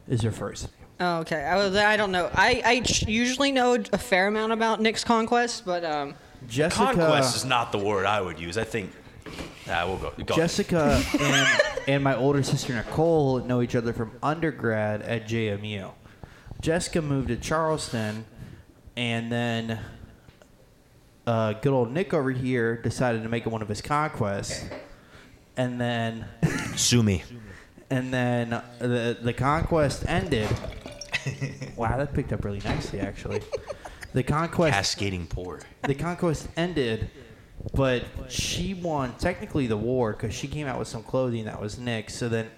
A: is her first. name.
B: Oh, okay. I, was- I don't know. I, I ch- usually know a fair amount about Nick's conquest, but um,
A: Jessica.
C: Conquest is not the word I would use. I think. Ah, we'll go. go. *laughs*
A: Jessica and, and my older sister Nicole know each other from undergrad at JMU. Jessica moved to Charleston, and then uh, good old Nick over here decided to make it one of his conquests, and then
C: Sue me.
A: and then the the conquest ended. Wow, that picked up really nicely, actually. The conquest
C: Cascading pour.
A: the conquest ended, but she won technically the war because she came out with some clothing that was Nick's. So then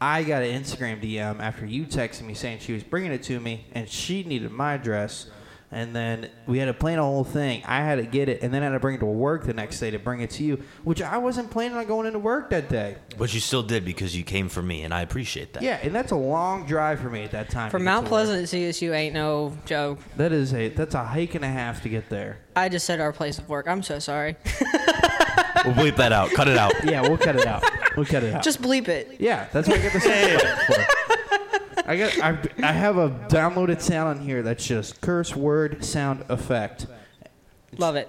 A: I got an Instagram DM after you texted me saying she was bringing it to me and she needed my dress. And then we had to plan a whole thing. I had to get it and then I had to bring it to work the next day to bring it to you, which I wasn't planning on going into work that day.
C: But you still did because you came for me, and I appreciate that.
A: Yeah, and that's a long drive for me at that time. to
B: from
A: get to
B: Mount
A: work.
B: Pleasant to CSU ain't no joke.
A: That is a that's a hike and a half to get
B: *laughs*
A: there.
B: I just said our place of work. I'm so sorry.
C: We'll bleep that out. Cut
B: *laughs*
C: it out.
A: Yeah, we'll cut it out. We'll cut it out.
B: just bleep it.
A: Yeah, that's what I got the sound for. I got I, I have a downloaded sound on here that's just curse word sound effect.
B: Love it.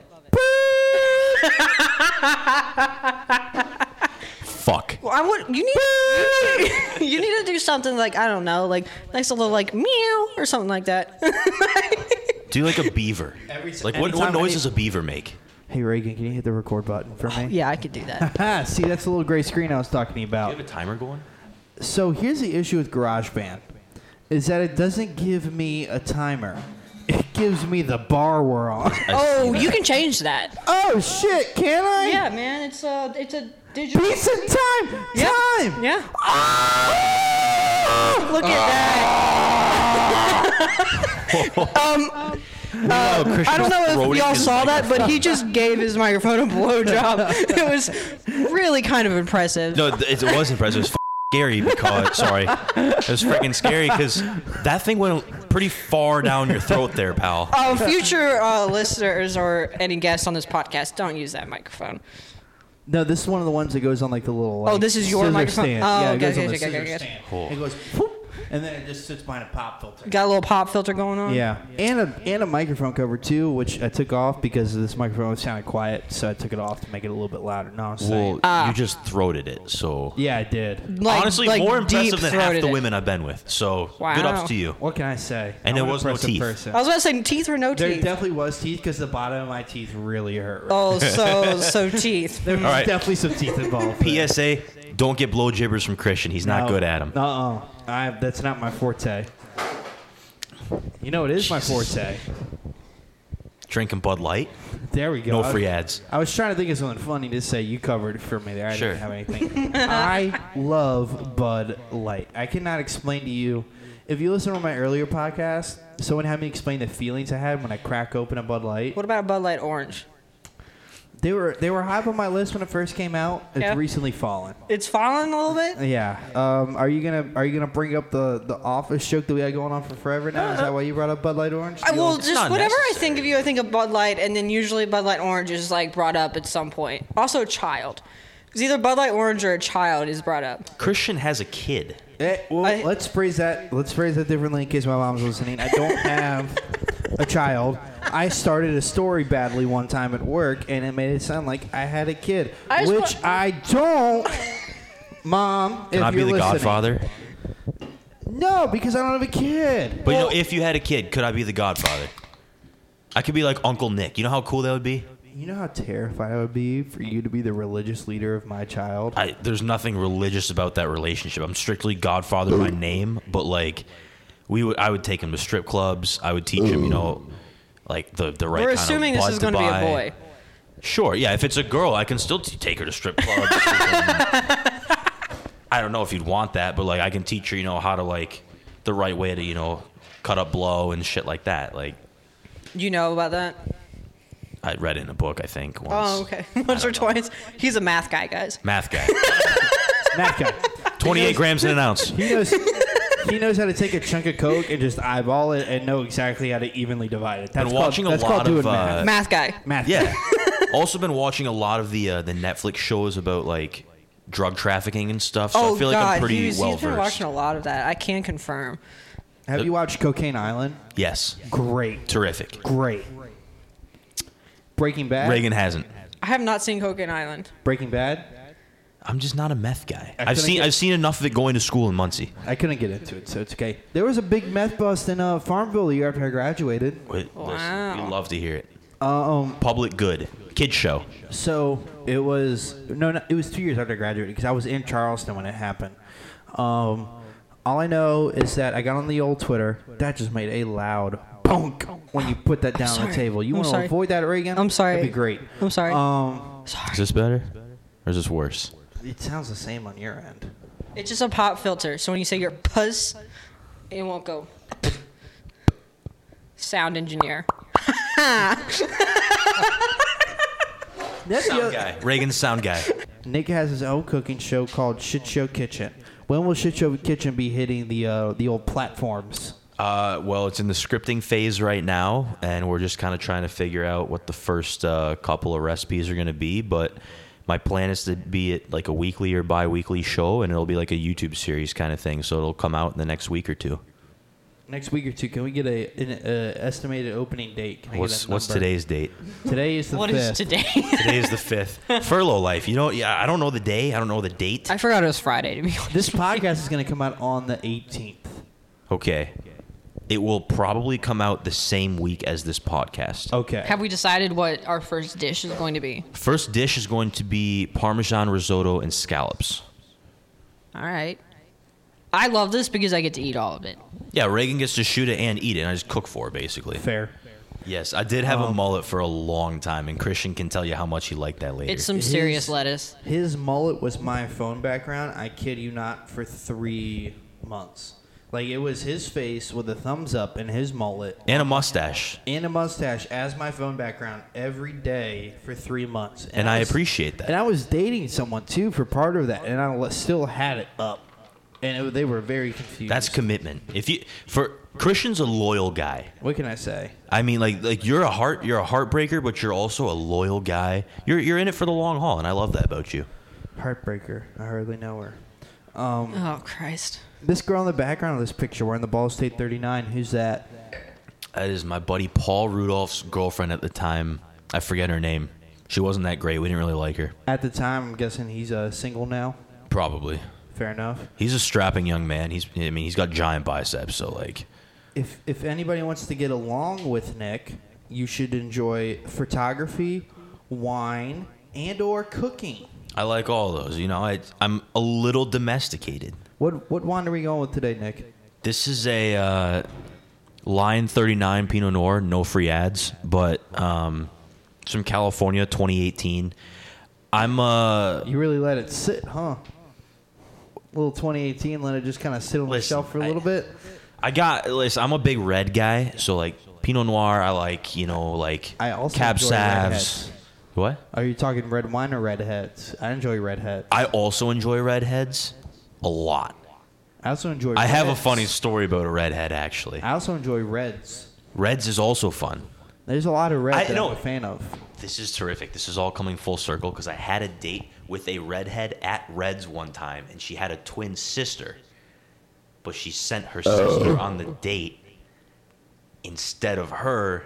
C: Fuck.
B: Well, I want you need you need- you need to do something like I don't know, like nice little like meow or something like that. *laughs*
C: Do like a beaver.
A: Every s-
C: like what,
A: anytime I
C: what noise
A: need-
C: does a beaver make?
A: Hey Reagan, can you hit the record button for me?
B: yeah, I could do that.
A: Ah, see, that's the little gray screen I was talking
C: Do you
A: about.
C: have a timer going?
A: So here's the issue with GarageBand, is that it doesn't give me a timer. It gives me the bar we're on. *laughs*
B: Oh, you can change that.
A: oh shit! Can I?
B: *laughs* Yeah, man, it's a it's a digital.
A: Peace and time.
B: Yeah.
A: Time.
B: Yeah. Ah! Look at that.
C: Oh, Christian
B: I don't know if y'all saw that, but
C: he.
B: he just gave his microphone a blowjob. It was really kind of impressive.
C: No, th- it was impressive. It was f- scary because sorry, it was freaking scary because that thing went pretty far down your throat there,
B: *laughs*
C: pal.
B: Uh, future uh, listeners or any guests on this podcast, don't use that microphone.
A: No, this is one of the ones that goes on like the little. Like,
B: Oh, this is your
A: scissor
B: microphone?
A: Stand.
B: Oh,
A: yeah, it
B: okay,
A: goes
B: okay,
A: on the
B: okay,
A: scissor
B: okay, okay.
A: stand.
C: Cool.
A: It goes, whoop, and then it just sits behind a pop filter.
B: Got a little pop filter going on.
A: Yeah, and a and a microphone cover too, which I took off because this microphone sounded quiet, so I took it off to make it a little bit louder. No, I'm saying.
C: Well, you just throated it. So
A: yeah, I did.
B: uh, Like,
C: honestly,
B: like
C: more impressive than half
B: deep-throated
C: the
B: it.
C: women I've been with. So good
B: Wow.
C: ups to you.
A: What can I say?
C: And
A: I'm
C: there
A: an
C: was no
A: impressive
C: teeth.
A: person.
B: I was about to say teeth or no
A: There
B: Oh, teeth.
A: definitely was teeth because the bottom of my teeth really hurt. Right?
B: *laughs* oh, so so teeth.
A: There was
C: All right.
A: definitely some teeth involved.
C: PSA: Don't get blow jibbers from Christian. He's not good at them.
A: Uh uh I That's not my forte. You know, it is my forte.
C: drinking Bud Light.
A: There we go.
C: No
A: I was-
C: free ads.
A: I was trying to think of something funny to say. You covered it for me there. I
C: Sure.
A: didn't have
C: *laughs*
A: anything. I love Bud Light. I cannot explain to you. If you listen to my earlier podcast, someone had me explain the feelings I had when I crack open a Bud Light.
B: What about a Bud Light Orange?
A: They were they were high on my list when it first came out. It's
B: Yeah.
A: recently fallen.
B: It's falling a little bit.
A: Yeah. Um, are you gonna are you gonna bring up the, the office joke that we had going on for forever now? Is that why you brought up Bud Light Orange?
B: I,
A: You
B: well,
A: don't-
B: just
C: not
B: whenever I think of you, I think of Bud Light, and then usually Bud Light Orange is like brought up at some point. Also, a child. Because either Bud Light Orange or a child is brought up.
C: Christian has a kid.
A: Eh, well,
B: I-
A: let's phrase that. Let's phrase that differently in case my mom's listening. I don't have a child. I started a story badly one time at work, and it made it sound like I had a kid,
B: I just
A: which
B: want-
A: I don't. Mom,
C: Can
A: if
C: I be
A: you're
C: the
A: listening-
C: Godfather?
A: No, because I don't have a kid.
C: But you know, if you had a kid, could I be the Godfather? I could be like Uncle Nick. You know how cool that would be?
A: You know how terrified I would be for you to be the religious leader of my child.
C: I, there's nothing religious about that relationship. I'm strictly Godfather by name, but like we would, I would take him to strip clubs. I would teach him, you know, like the the right.
B: We're
C: kind of
B: assuming this
C: bud
B: is
C: to
B: going to be a
C: buy.
B: boy.
C: Sure, yeah. If it's a girl, I can still t- take her to strip clubs. I don't know if you'd want that, but like I can teach her, you know, how to like the right way to, you know, cut up blow and shit like that. Like
B: You know about that?
C: I read it in a book, I think. Once.
B: Oh, okay. *laughs* Once or twice. He's a math guy, guys.
C: Math guy,
A: Matt guy.
C: 28 grams in
B: *laughs*
C: an ounce.
A: uh, He knows. He knows how to take a chunk of coke and just eyeball it and know exactly how to evenly divide it. That's
C: Been
A: called,
C: watching a
A: that's called
C: lot
A: doing
C: of,
A: math.
C: uh,
B: Math guy.
A: Math.
C: Yeah. also been watching a lot of the uh, the Netflix shows about like drug trafficking and stuff. So
B: oh,
C: I feel
B: God.
C: like I'm pretty
B: he's,
C: well
B: he's been
C: versed.
B: watching a lot of that. I can confirm.
A: Have you watched Cocaine Island?
C: Yes.
A: Great.
C: Terrific.
A: Great. Breaking Bad.
C: Reagan hasn't.
B: I have not seen Cocaine Island.
A: Breaking Bad.
C: I'm just not a meth guy.
A: I
C: I've
A: couldn't
C: seen
A: get-
C: I've seen enough of it going to school in Muncie.
A: I couldn't get into it, so it's okay. There was a big meth bust in uh, Farmville the year after I graduated.
C: Wait, listen,
B: Wow.
C: we love to hear it.
A: Um,
C: Public good. Kid show.
A: So it was no, no it was two years after I graduated because I was in Charleston when it happened. Um, all I know is that I got on the old Twitter. That just made a loud bonk when you put that down on the
B: sorry.
A: table. You
B: I'm
A: want to
B: sorry.
A: avoid that, Reagan?
B: I'm sorry.
A: That'd be great.
B: I'm sorry.
A: Um,
C: Is this better? Or is this worse?
A: it sounds the same on your end.
B: It's just a pop filter. So when you say your puss, it won't go. Sound engineer.
A: That's the
C: Sound
A: other-
C: guy. Reagan's sound guy.
A: Nick has his own cooking show called Shit Show Kitchen. When will Shit Show Kitchen be hitting the uh, the old platforms?
C: Uh, well, it's in the scripting phase right now, and we're just kind of trying to figure out what the first uh, couple of recipes are going to be. But my plan is to be at like a weekly or bi-weekly show, and it'll be like a YouTube series kind of thing. So it'll come out in the next week or two.
A: Next week or two, can we get a an uh, estimated opening date? Can I get a
C: What's what's
A: number?
C: today's date?
A: Today is the
B: What
A: fifth.
B: is today? *laughs*
C: Today is the *laughs* fifth. Furlough life. You know, yeah, I don't know the day. I don't know the date.
B: I forgot it was Friday. To be honest.
A: This podcast is going to come out on the 18th.
C: Okay. It will probably come out the same week as this podcast.
A: Okay.
B: Have we decided what our first dish is going to be?
C: First dish is going to be Parmesan risotto and scallops.
B: All right. I love this because I get to eat all of it.
C: Yeah, Reagan gets to shoot it and eat it, and I just cook for her, basically.
A: Fair.
C: Yes, I did
B: Um,
C: have a mullet for a long time, and Christian can tell you how much he liked that later.
B: It's some
A: His-
B: serious lettuce.
A: His mullet was my phone background. I kid you not, for three months. Like, it was his face with a thumbs up and his mullet
C: and a mustache,
A: and a mustache as my phone background every day for three months.
C: and I
A: was-
C: appreciate that.
A: And I was dating someone, too, for part of that, and I l- still had it up. And it, they were very confused.
C: That's commitment. If you for Christian's a loyal guy.
A: What can I say?
C: I mean, like like you're a heart you're a heartbreaker, but you're also a loyal guy. You're you're in it for the long haul, and I love that about you.
A: Heartbreaker. I hardly know her.
B: Oh Christ!
A: This girl in the background of this picture wearing the Ball State 39, who's that?
C: That is my buddy Paul Rudolph's girlfriend at the time. I forget her name. She wasn't that great. We didn't really like her.
A: At the time, I'm guessing he's uh, single now.
C: Probably.
A: Fair enough.
C: He's a strapping young man. He's I mean, he's got giant biceps, so like
A: If if anybody wants to get along with Nick, you should enjoy photography, wine, and or cooking.
C: I like all those. You know, I, I'm a little domesticated.
A: What what wine are we going with today, Nick?
C: This is a uh, Lion 39 Pinot Noir, no free ads, but um, it's from California, 2018. I'm uh
A: You really let it sit, huh? Little 2018, let it just kind of sit on the
C: Listen,
A: shelf for a
C: I-
A: little bit.
C: I got listen, I'm a big red guy, so like Pinot Noir, I like, you know, like
A: I also
C: Cab
A: enjoy
C: Savs.
A: redheads.
C: What?
A: Are you talking red wine or redheads? I enjoy redheads.
C: I also enjoy redheads a lot.
A: I also enjoy.
C: I have a
A: reds.
C: funny story about a redhead actually.
A: I also enjoy reds.
C: Reds is also fun.
A: There's a lot of red
C: I-
A: that
C: no.
A: I'm a fan of.
C: This is terrific. This is all coming full circle because I had a date with a redhead at Reds one time, and she had a twin sister, but she sent her sister on the date instead of her.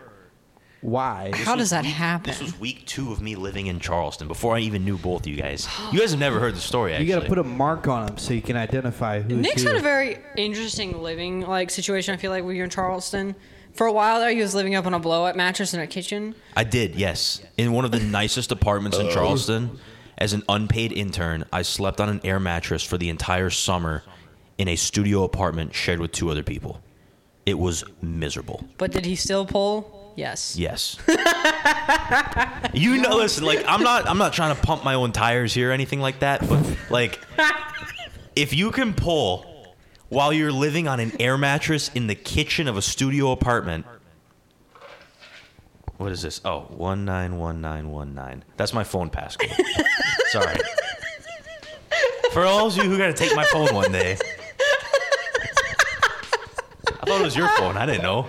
A: Why?
B: How
C: was
B: does that
C: week-
B: happen?
C: This was week two of me living in Charleston before I even knew both you guys. You guys have never heard the story.
A: You
C: Actually,
A: got to put a mark on them so you can identify who's
B: Nick's
A: who.
B: had a very interesting living like situation. I feel like when you're in Charleston, for a while there, he was living up on a blow-up mattress in a kitchen.
C: I did, yes. In one of the nicest apartments in Charleston, as an unpaid intern, I slept on an air mattress for the entire summer in a studio apartment shared with two other people. It was miserable.
B: But did he still pull? Yes.
C: Yes. you know, listen, like I'm not, I'm not trying to pump my own tires here or anything like that, but like, if you can pull while you're living on an air mattress in the kitchen of a studio apartment. What is this? Oh, 191919. That's my phone passcode. Sorry. For all of you who got to take my phone one day. I thought it was your phone. I didn't know.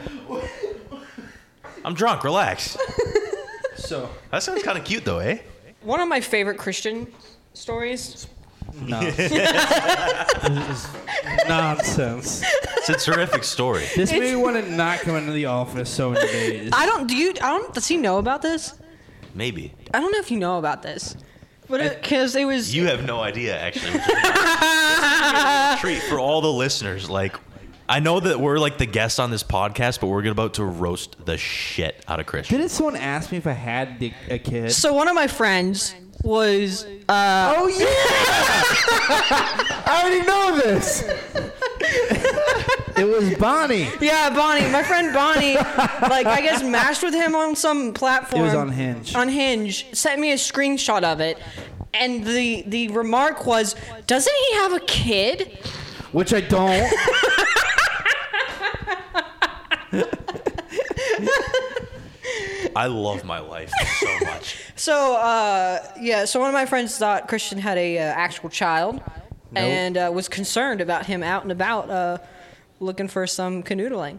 C: I'm drunk. Relax.
A: so
C: That sounds kind of cute, though, eh?
B: One of my favorite Christian stories.
A: no. this is nonsense.
C: It's a terrific story.
A: This made me want to not come into the office so many days.
B: I don't. Do you? I don't. Does he know about this?
C: Maybe
B: I don't know if you know about this. But because it was
C: you have no idea, actually. which is a *laughs* treat for all the listeners. Like, I know that we're like the guests on this podcast, but we're about to roast the shit out of Christian.
A: Didn't someone ask me if I had the- a kid?
B: so one of my friends was uh,
A: Oh yeah! I already know this. it was Bonnie.
B: yeah Bonnie, my friend
A: *laughs*
B: Bonnie, like I guess mashed with him on some platform.
A: It was on Hinge.
B: On Hinge, sent me a screenshot of it, and the the remark was, "Doesn't he have a kid?"
A: Which I don't.
C: I love my life so much.
B: So uh, yeah, so one of my friends thought Christian had a uh, actual child, and uh, was concerned about him out and about, uh, looking for some canoodling.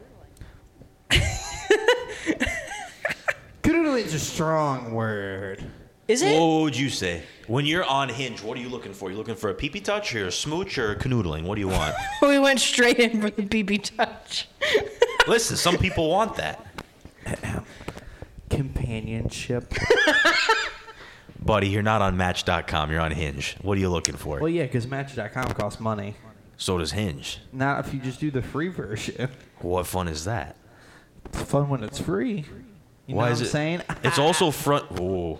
A: Canoodling's a strong word.
B: Is it?
C: What would you say when you're on Hinge? What are you looking for? You looking for a pee pee touch or a smooch or a canoodling? What do you want?
B: *laughs* We went straight in for the BB touch.
C: Listen, some people want that,
A: Companionship.
C: buddy. You're not on Match.com. You're on Hinge. What are you looking for?
A: Well, yeah, because Match.com costs money.
C: So does Hinge.
A: Not if you just do the free version.
C: What fun is that?
A: It's fun when it's free. You know what I'm saying?
C: It's also front. Whoa.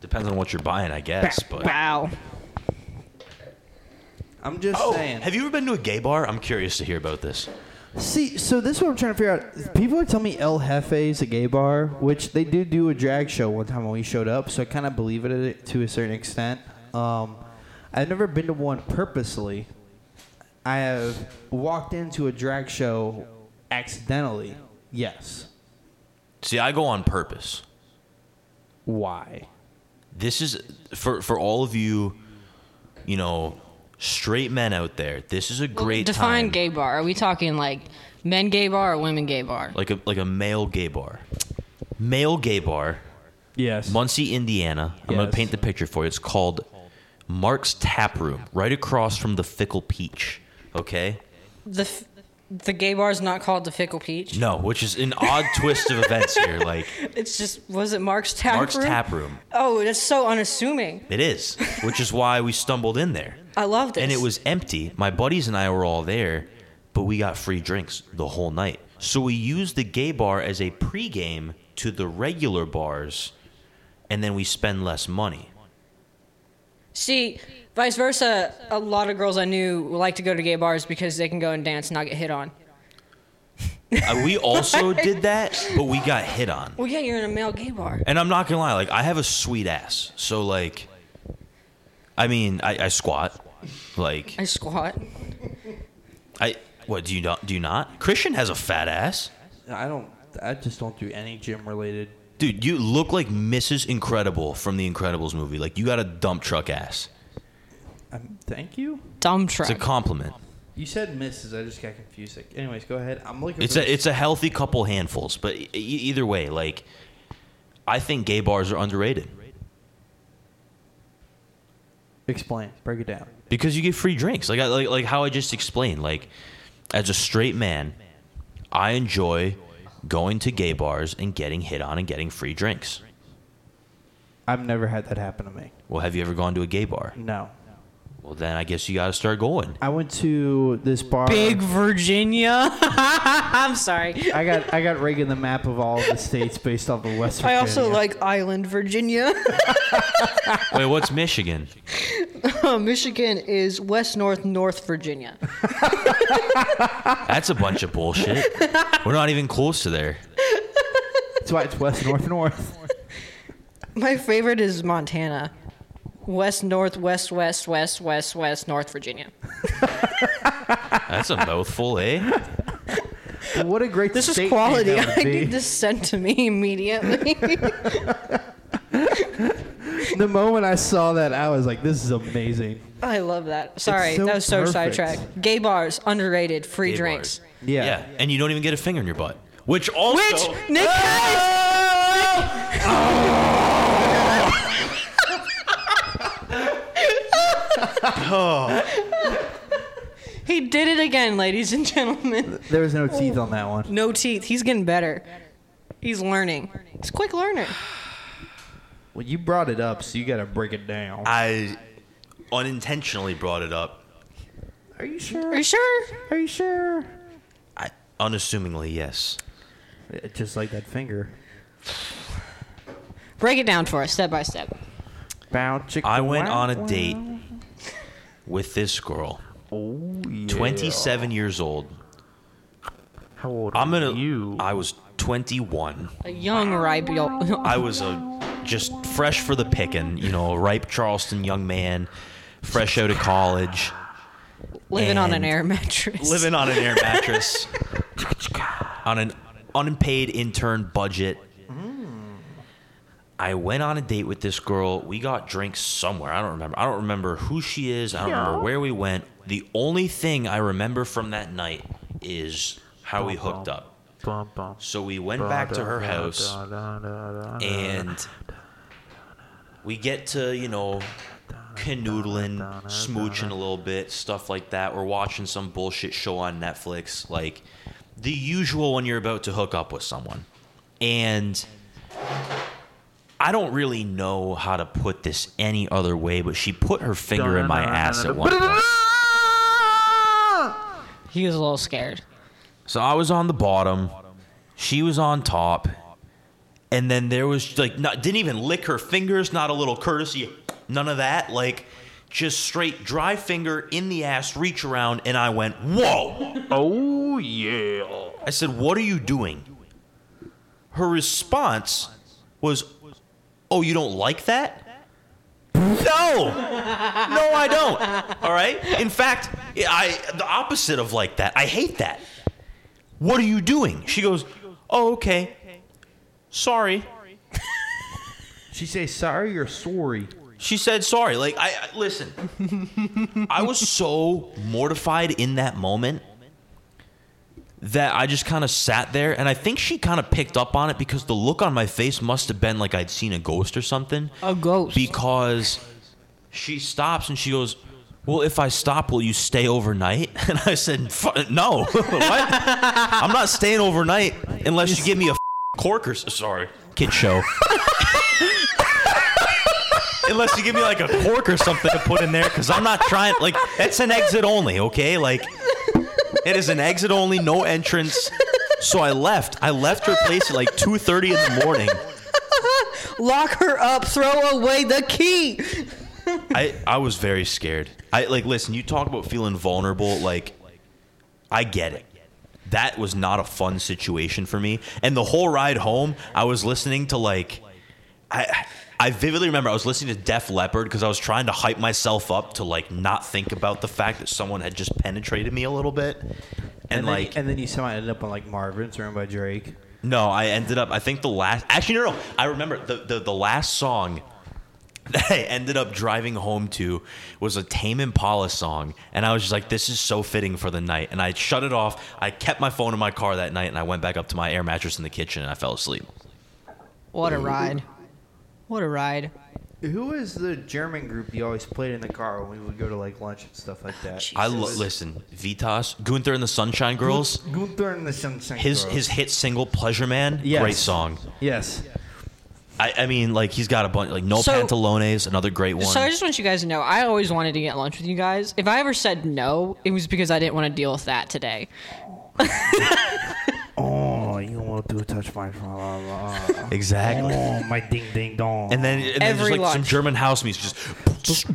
C: Depends on what you're buying, I guess. But
B: Wow.
A: I'm just
C: oh,
A: saying.
C: have you ever been to a gay bar? I'm curious to hear about this.
A: See, so this is what I'm trying to figure out. People are telling me El Jefe's a gay bar, which they did do a drag show one time when we showed up, so I kind of believe it to a certain extent. Um, I've never been to one purposely. I have walked into a drag show accidentally. Yes.
C: See, I go on purpose.
A: Why?
C: This is for for all of you, you know, straight men out there. This is a great
B: Define
C: time.
B: gay bar. Are we talking like men gay bar or women gay bar?
C: like a like a male gay bar. Male gay bar,
A: Yes.
C: Muncie, Indiana. I'm gonna
A: Yes.
C: paint the picture for you. It's called Mark's Tap Room, right across from the Fickle Peach. Okay.
B: The f- the gay bar is not called the Fickle Peach.
C: No, which is an odd twist of events here. Like
B: It's just was it Mark's tap
C: Mark's
B: room?
C: Tap Room.
B: Oh, that's so unassuming.
C: It is, which is why we stumbled in there.
B: I love this.
C: And it was empty. My buddies and I were all there, but we got free drinks the whole night. So we used the gay bar as a pregame to the regular bars, and then we spend less money.
B: see vice versa. A lot of girls I knew like to go to gay bars because they can go and dance and not get hit on.
C: Uh,
B: *laughs*
C: we also did that, but we got hit on.
B: Well, yeah, you're in a male gay bar.
C: And I'm not gonna lie, like I have a sweet ass. So like, I mean, I, I squat. Like
B: I squat.
C: I what do you not do you not? Christian has a fat ass.
A: I don't. I just don't do any gym related.
C: Dude, you look like Mrs. Incredible from the Incredibles movie. Like you got a dump truck ass.
A: Um, thank you.
B: Dumb
C: It's a
B: truck.
C: compliment.
A: You said misses. I just got confused. Like, anyways, go ahead. I'm looking.
C: It's
A: for
C: a it's a healthy couple handfuls, but e- e- either way, like I think gay bars are underrated
A: Explain. Break it down.
C: because you get free drinks. Like I, like like how I just explained. Like as a straight man, I enjoy going to gay bars and getting hit on and getting free drinks.
A: I've never had that happen to me.
C: Well, have you ever gone to a gay bar?
A: No.
C: Well, then I guess you got to start going.
A: I went to this bar.
B: Big Virginia. *laughs* I'm sorry.
A: I got I got Reagan the map of all of the states based off of West
B: I
A: Virginia.
B: also like Island Virginia. *laughs*
C: Wait, what's Michigan?
B: Michigan is West North North Virginia.
C: That's a bunch of bullshit. We're not even close to there.
A: That's why it's West North North.
B: My favorite is Montana. West North West West West West West North Virginia.
C: That's a mouthful, eh?
A: what a great
B: This
A: state
B: is
A: name
B: quality.
A: that would
B: *laughs* I
A: be.
B: need this sent to me immediately. *laughs*
A: The moment I saw that, I was like, "This is amazing."
B: I love that. Sorry,
A: so
B: that was so
A: perfect.
B: sidetracked. Gay bars underrated. Free
C: Gay
B: drinks.
C: bars.
A: Yeah.
C: Yeah, and you don't even get a finger in your butt, which also
B: Which Nick
C: *laughs*
B: has. He did it again, ladies and gentlemen.
A: There was no teeth on that one.
B: No teeth. He's getting better. He's learning. He's a quick learner.
A: Well, you brought it up, so you got to break it down.
C: I unintentionally brought it up.
A: Are you sure?
B: Are you sure?
A: Are you sure?
C: I unassumingly yes.
A: Uh, Just like that finger.
B: Break it down for us, step by step.
A: Bow, chicka,
C: I went
A: wow,
C: on a
A: wow.
C: date with this girl,
A: Oh, yeah.
C: 27 years old.
A: How old
C: I'm
A: are
C: gonna.
A: you?
C: I was 21.
B: A young ripe. yo- *laughs*
C: I was a just fresh for the picking, you know, a ripe Charleston young man, fresh out of college,
B: living on an
C: And-
B: air mattress.
C: living on an air
A: *laughs*
C: mattress, on an unpaid intern budget. I went on a date with this girl. We got drinks somewhere. I don't remember. I don't remember who she is. I don't remember where we went. The only thing I remember from that night is how we hooked up.
A: Bum, bum.
C: So we went back to her house and we get to you know canoodling smooching a little bit stuff like that we're watching some bullshit show on netflix like the usual when you're about to hook up with someone and i don't really know how to put this any other way but she put her finger in my ass at one point
B: He was a little scared.
C: so I was on the bottom, she was on top, and then there was like not didn't even lick her fingers, not a little courtesy, none of that. Like just straight dry finger in the ass, reach around, and I went, "Whoa!"
A: Oh yeah.
C: I said, "What are you doing?" Her response was, "Oh, you don't like that." No, no, I don't. All right. In fact, I the opposite of like that. I hate that. What are you doing? She goes, Oh, okay. Sorry.
A: She say sorry or sorry.
C: She said sorry. Like I I- listen. I was so mortified in that moment that I just kind of sat there and I think she kind of picked up on it because the look on my face must have been like I'd seen a ghost or something.
B: A ghost.
C: because she stops and she goes, "Well, if I stop, will you stay overnight?" *laughs* And I said, "Fu- "No, *laughs* what? I'm not staying overnight unless you give me a corker." Sorry, kid show. *laughs* Unless you give me like a cork or something to put in there, because I'm not trying. Like that's an exit only, okay? Like it is an exit only, no entrance. So I left. I left her place at like 2:30 in the morning.
B: Lock her up. Throw away the key.
C: I, I was very scared. I like listen, you talk about feeling vulnerable, like I get it. that was not a fun situation for me. And the whole ride home, I was listening to like, I. I vividly remember I was listening to Def Leppard because I was trying to hype myself up to like not think about the fact that someone had just penetrated me a little bit, and,
A: And then,
C: like
A: and then you somehow ended up on like Marvin, surrounded by Drake.
C: no, I ended up. I think the last. Actually, no, no. I remember the the, the last song *laughs* that I ended up driving home to was a Tame Impala song, and I was just like, "This is so fitting for the night." And I shut it off. I kept my phone in my car that night, and I went back up to my air mattress in the kitchen, and I fell asleep.
B: What a ride. What a ride.
A: Who was the German group you always played in the car when we would go to like lunch and stuff like that?
C: I lo- listen, Vitas, Gunther and the Sunshine Girls,
A: Gunther and the Sunshine
C: his
A: Girls.
C: his hit single "Pleasure Man,"
A: Yes.
C: great song.
A: yes.
C: I, I mean, like he's got a bunch like No
B: So-
C: Pantalones, another great one.
B: So I just want you guys to know, I always wanted to get lunch with you guys. If I ever said no, it was because I didn't want to deal with that today.
A: Oh, you don't want to do touch my
C: exactly.
A: Oh, my ding ding dong.
C: And then, and then just
B: Every
C: like some
B: lunch.
C: German house music, just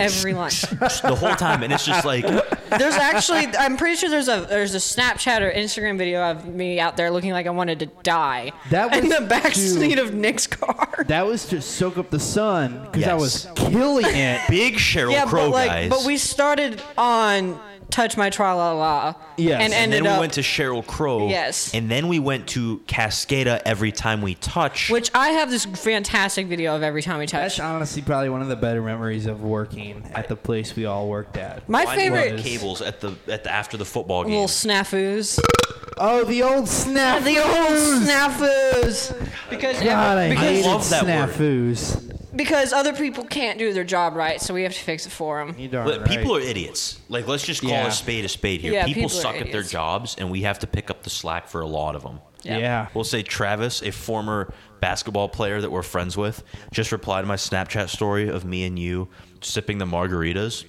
B: Every *laughs* lunch.
C: the whole time, and it's just like
B: There's actually, I'm pretty sure there's a there's a Snapchat or Instagram video of me out there looking like I wanted to die.
A: That
B: in
A: was-
B: the
A: dude.
B: back seat of Nick's car.
A: that was to soak up the sun because I was
C: Yes.
A: killing it.
C: big
B: *laughs*
C: Cheryl
B: yeah,
C: Crow
B: but like,
C: guys.
B: but we started on "Touch My Tra La La."
A: Yes. And
B: and
C: and
B: ended
C: then we
B: up,
C: went to Cheryl Crow.
B: Yes.
C: And then we went to Cascada. Every time we touch,
B: which I have this fantastic video of every time we touch.
A: *laughs* That's honestly probably one of the better memories of working at the place we all worked at.
B: My
C: Why do you
B: favorite
C: have cables at the at the after the football game.
B: little snafus.
A: Oh, the old snap.
B: The old *laughs* snafus. Because
A: God, I
B: because,
A: hated
C: love that word.
A: snafus.
B: because other people can't do their job right, so we have to fix it for them.
A: You darn
C: Look,
A: right.
C: People are idiots. Like let's just call
A: Yeah.
C: a spade a spade here.
B: Yeah,
C: people,
B: people are
C: suck at their
B: idiots.
C: jobs, and we have to pick up the slack for a lot of them.
A: yeah.
C: We'll say Travis, a former basketball player that we're friends with, just replied to my Snapchat story of me and you sipping the margaritas.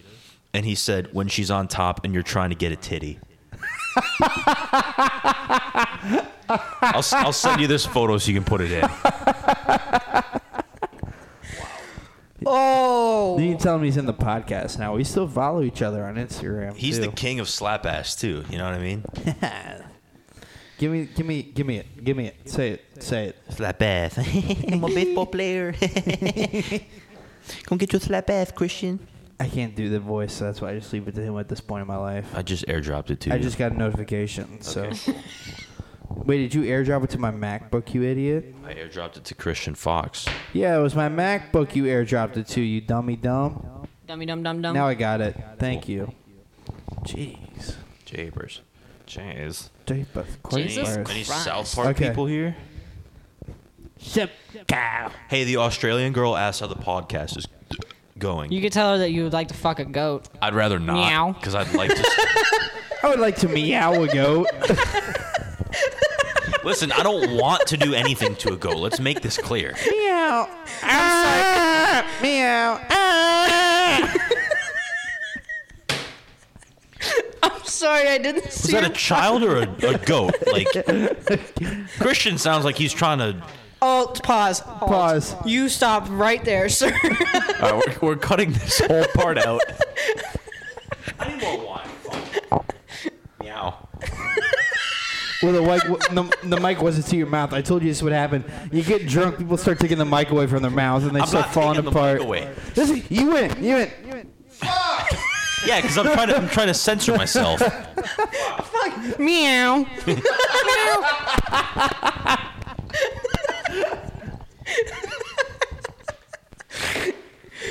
C: And he said, when she's on top and you're trying to get a titty. *laughs* I'll, s- I'll send you this photo so you can put it in.
A: You
B: Oh,
A: can tell him he's in the podcast now. We still follow each other on Instagram.
C: He's
A: too.
C: the king of slap ass, too. You know what I mean?
A: Give me, give me, give me it, give me it. Say it, say it.
C: Slap ass.
D: *laughs* I'm a baseball player. Come get your slap ass, Christian.
A: I can't do the voice, so that's why I just leave it to him at this point in my life.
C: I just airdropped it to you.
A: I just got a notification. So, *laughs* wait, did you airdrop it to my MacBook, you idiot?
C: I airdropped it to Christian Fox.
A: Yeah, it was my MacBook you airdropped it to, you dummy dumb.
B: dummy, dum dum dum.
A: Now I got it. Thank you. Jeez,
C: Jabers. Jeez.
A: Deep of course.
B: Jesus
C: Any
B: Christ.
C: South Park
A: Okay.
C: people here? Hey, the Australian girl asked how the podcast is going.
B: you could tell her that you would like to fuck a goat.
C: I'd rather
B: Meow.
C: not because I'd like
B: *laughs*
C: to.
A: I would like to meow a goat. *laughs*
C: Listen, I don't want to do anything to a goat. Let's make this clear.
A: meow. Ah, meow. Ah.
B: I'm sorry, I didn't
C: Is
B: see.
C: that a
B: her.
C: child or a, a goat?
B: *laughs*
C: Like Christian sounds like he's trying to.
B: Alt, Oh, pause, halt.
A: Pause.
B: You stop right there, *laughs* sir.
C: All right, we're, we're cutting this whole part out. I need more wine. Meow.
A: Well, the mic, the, the mic wasn't to your mouth. I told you this would happen. You get drunk, people start taking the mic away from their mouths, and they
C: I'm
A: start
C: not
A: falling
C: taking the
A: apart.
C: mic away.
A: Listen, you went, you went.
C: Yeah, because I'm trying to I'm trying to censor myself.
B: Meow.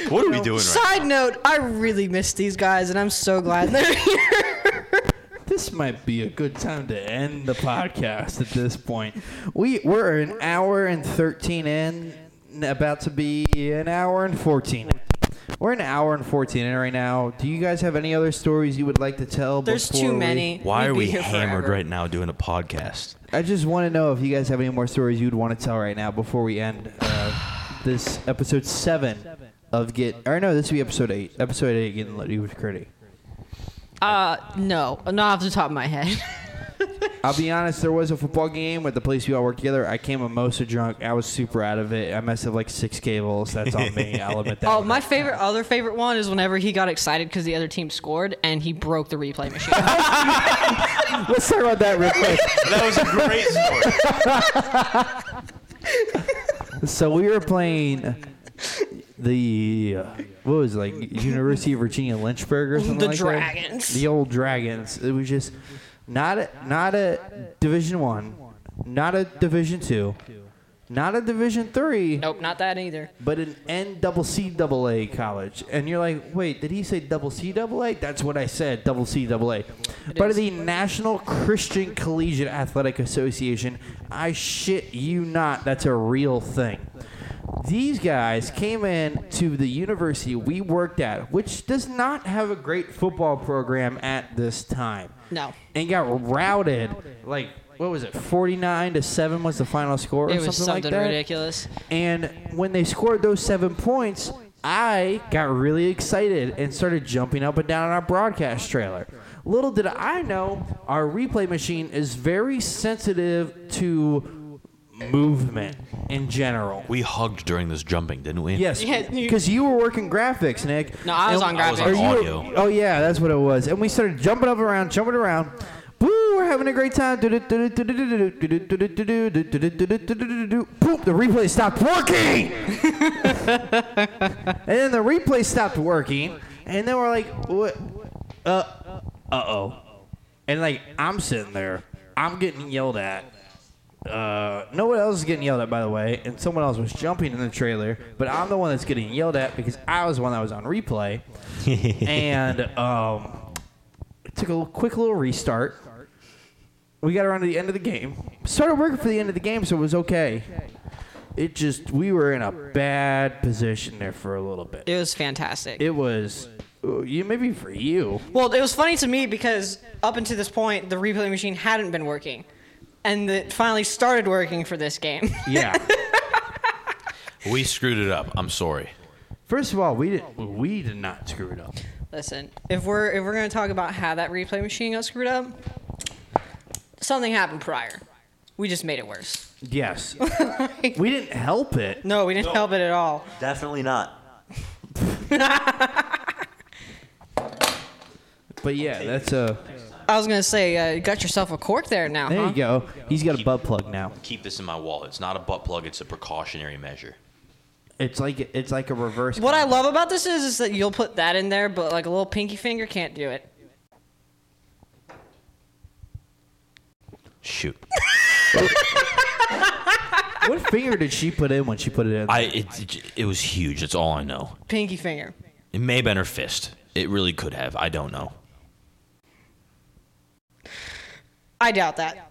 C: What are we doing right? now?
B: Side note, I really miss these guys, and I'm so glad they're here.
A: This might be a good time to end the podcast at this point. We we're an hour and thirteen in, n- about to be an hour and fourteen. in. We're an hour and fourteen in right now. Do you guys have any other stories you would like to tell?
B: There's
A: before
B: too
A: we-
B: many.
C: Why
B: We'd
C: are
B: be
C: we
B: here
C: hammered
B: forever.
C: right now doing a podcast?
A: I just want to know if you guys have any more stories you'd want to tell right now before we end uh, this episode seven of Get. Or no, this would be episode eight. Episode eight, Getting Litty with Critty.
B: Uh, no, not off the top of my head.
A: I'll be honest. There was a football game at the place we all worked together. I came mimosa drunk. I was super out of it. I messed up like six cables. That's on me. I'll admit that.
B: Oh, my favorite, other favorite one is whenever he got excited because the other team scored and he broke the
A: *laughs*
B: replay machine.
A: Let's talk about that real quick.
C: That was a great story.
A: So we were playing the uh, what was it, like University of Virginia Lynchburg or something
B: The
A: like that?
B: Dragons.
A: The old Dragons. It was just not a not a Division One, not a Division Two, not a Division Three,
B: nope, not that either.
A: but an NCAA college. And you're like, wait, did he say double CAA? That's what I said, double CAA. But
B: is.
A: the National Christian Collegiate Athletic Association, I shit you not, that's a real thing. These guys came in to the university we worked at, which does not have a great football program at this time
B: No.
A: and got routed like what was it 49 to 7 was the final score or
B: It was
A: something,
B: something
A: like that
B: ridiculous.
A: and when they scored those 7 points I got really excited and started jumping up and down on our broadcast trailer little did I know our replay machine is very sensitive to movement in general
C: *laughs* We hugged during this jumping, didn't we?
A: Yes,
B: Yeah, you-
A: because you were working graphics, Nick.
B: No, I was
A: And-
B: on I was on graphics.
A: Or you-
C: audio.
A: oh yeah, that's what it was. And we started jumping up around, jumping around. Woo, we're having a great time. Do-do-do-do-do-do-do, do-do-do-do-do-do-do-do-do-do-do-do-do-do. Boop, the replay stopped
B: *laughs*
A: working. and then the replay stopped working. And then we're like, what? Uh, uh oh. And like, I'm sitting there. I'm getting yelled at. Uh, no one else is getting yelled at, by the way, and someone else was jumping in the trailer, but I'm the one that's getting yelled at because I was the one that was on replay. and um, it took a little- quick little restart. We got around to the end of the game. Started working for the end of the game, so it was okay. It just, we were in a bad position there for a little bit.
B: It was fantastic.
A: It was, uh, you maybe for you.
B: well, it was funny to me because up until this point, the replay machine hadn't been working. And it finally started working for this game. *laughs*
A: Yeah.
C: We screwed it up. I'm sorry.
A: *laughs* First of all, we did, we did not screw it up.
B: Listen, if we're if we're gonna talk about how that replay machine got screwed up, something happened prior. We just made it worse.
A: Yes. we didn't help it.
B: No, we didn't help it at all.
E: Definitely not.
A: But yeah, that's a.
B: I was gonna say, uh, you got yourself a cork there now.
A: There
B: huh?
A: you go. He's got a butt plug now.
C: Keep this in my wallet. It's not a butt plug. It's a precautionary measure.
A: It's like it's like a reverse.
B: What I
A: condom.
B: love about this is, is that you'll put that in there, but like a little pinky finger can't do it.
C: Shoot.
A: *laughs* What finger did she put in when she put it in?
C: *laughs* I it, it, it was huge. That's all I know.
B: Pinky finger.
C: It may have been her fist. It really could have. I don't know.
B: I doubt that.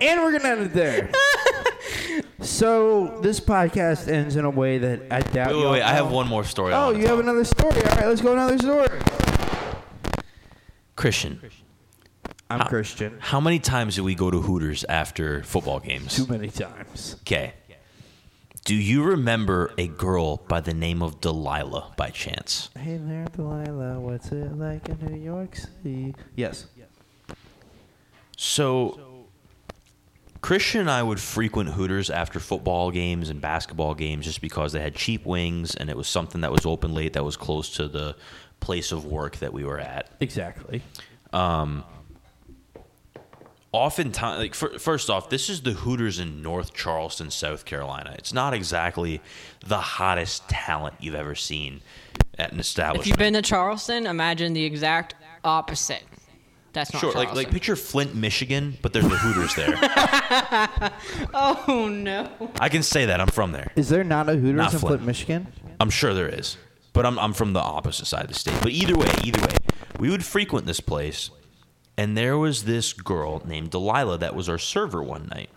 A: and we're gonna end it
B: *laughs*
A: there. so this podcast ends in a way that I doubt.
C: Wait, wait,
A: y'all
C: wait. I have
A: know.
C: one more story. I
A: Oh,
C: wanna
A: you have
C: tell.
A: another story. All right, let's go another story.
C: Christian.
A: I'm Christian.
C: How many times do we go to Hooters after football games?
A: Too many times.
C: Okay. Do you remember a girl by the name of Delilah by chance?
A: Hey there, Delilah. What's it like in New York City? Yes.
C: So, Christian and I would frequent Hooters after football games and basketball games just because they had cheap wings and it was something that was open late that was close to the place of work that we were at.
A: Exactly.
C: oftentimes like fir- first off this is the hooters in north charleston south carolina it's not exactly the hottest talent you've ever seen at an
B: if you've
C: establishment
B: been to Charleston, imagine the exact opposite. That's not
C: sure like,
B: Charleston.
C: like picture flint michigan but there's the hooters
B: *laughs*
C: there
B: oh no.
C: i can say that i'm from there
A: Is there not a Hooters
C: Not
A: in
C: Flint.
A: Flint, Michigan?
C: i'm sure there is but I'm, I'm from the opposite side of the state but either way either way we would frequent this place and there was this girl named delilah that was our server one night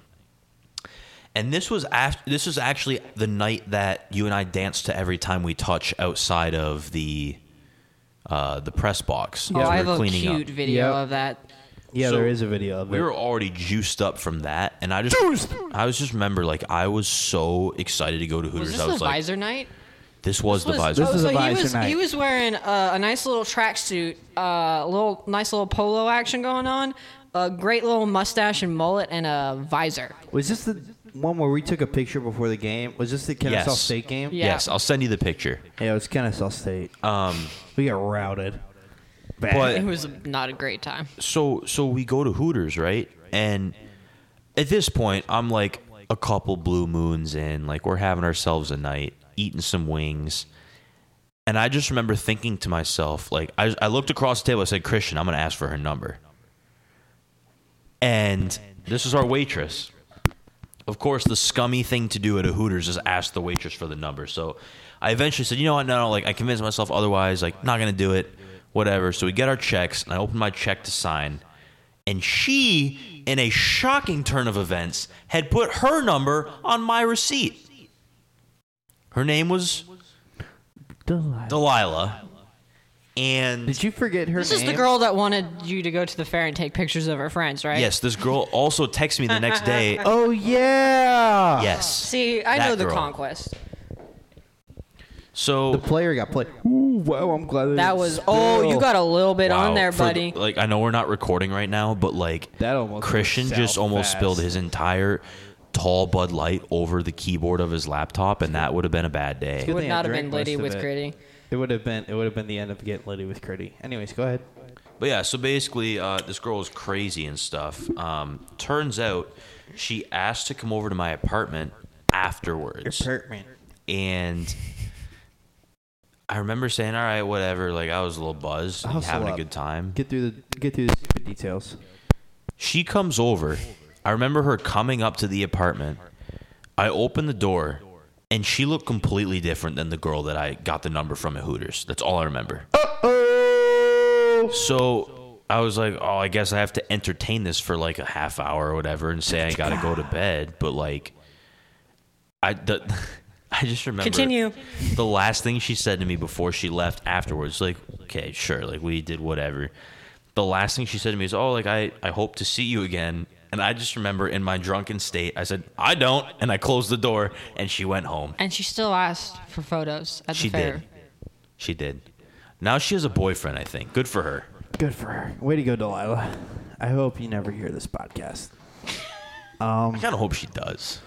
C: And this was after, this was actually the night that you and I danced to every time we touch outside of the uh, the press box.
B: Oh,
C: as we
B: I
C: were
B: have a
C: cleaning
B: cute
C: up.
B: video
A: Yep.
B: of that.
A: Yeah,
C: So,
A: there is a video of it.
C: We were already juiced up from that, and I just I was just remember like I was so excited to go to
B: Was
C: Hooters.
B: this
C: I
B: the
C: was like,
B: visor night? oh,
C: This was the visor.
A: This was
B: so
A: a
B: he
A: visor
B: was,
A: night.
B: He was wearing uh, a nice little tracksuit, uh, little nice little polo action going on, a great little mustache and mullet, and a visor.
A: Was this the one where we took a picture before the game? Was this the Kennesaw
C: Yes.
A: State game?
B: Oh, Yeah.
C: Yes, I'll send you the picture.
A: Yeah, it was Kennesaw State.
C: Um,
A: We got routed. Bad.
C: But-
B: It was not a great time.
C: so so we go to Hooters, right? And at this point, I'm like a couple blue moons in, like we're having ourselves a night, eating some wings. And I just remember thinking to myself, like I, I looked across the table, I said, Christian, I'm gonna ask for her number. And this is our waitress. Of course, the scummy thing to do at a Hooters is ask the waitress for the number. So I eventually said, you know what, no, no, like I convinced myself otherwise, like not gonna do it, whatever. So we get our checks, and I open my check to sign, and she, in a shocking turn of events, had put her number on my receipt. Her name was Delilah, and
A: Did you forget her
B: This
A: name?
B: is the girl that wanted you to go to the fair and take pictures of her friends, right?
C: yes, this girl also texted me the next day.
A: Oh yeah.
C: Yes.
B: See, I
C: that
B: know the
C: girl.
B: conquest.
A: The
C: So
A: player got played. Ooh, wow! I'm glad
B: That was. Oh, you got a little bit
C: Wow,
B: on there,
C: for-
B: buddy.
C: like I know we're not recording right now, but like
A: That almost
C: Christian
A: went
C: just
A: south
C: almost
A: fast.
C: spilled his entire tall Bud Light over the keyboard of his laptop, and that would have been a bad day.
A: good.
B: Would
A: thing I
B: not have
A: drank
B: been Liddy
A: most of
B: with
A: it.
B: Gritty.
A: It would have been. It would have been the end of getting litty with Critty. Anyways, go ahead.
C: But yeah, so basically, uh, this girl is crazy and stuff. Um, turns out she asked to come over to my apartment afterwards.
A: Apartment.
C: and I remember saying, "All right, whatever." Like I was a little buzzed, and
A: Hustle
C: having a
A: up.
C: good time.
A: Get through the. Get through the stupid details.
C: She comes over. I remember her coming up to the apartment. I open the door, and she looked completely different than the girl that I got the number from at Hooters. That's all I remember. So I was like, oh, I guess I have to entertain this for like a half hour or whatever, and say I gotta go to bed. But like, I the, *laughs* I just remember
B: Continue.
C: the last thing she said to me before she left afterwards, like, okay, sure, like we did whatever. The last thing she said to me is, oh, like I, I hope to see you again. And I just remember in my drunken state, I said, I don't. And I closed the door and she went home.
B: And she still asked for photos at
C: She
B: the fair.
C: did. She did. Now she has a boyfriend, I think. Good for her.
A: Good for her. Way to go, Delilah. I hope you never hear this podcast.
C: I kind of hope she does.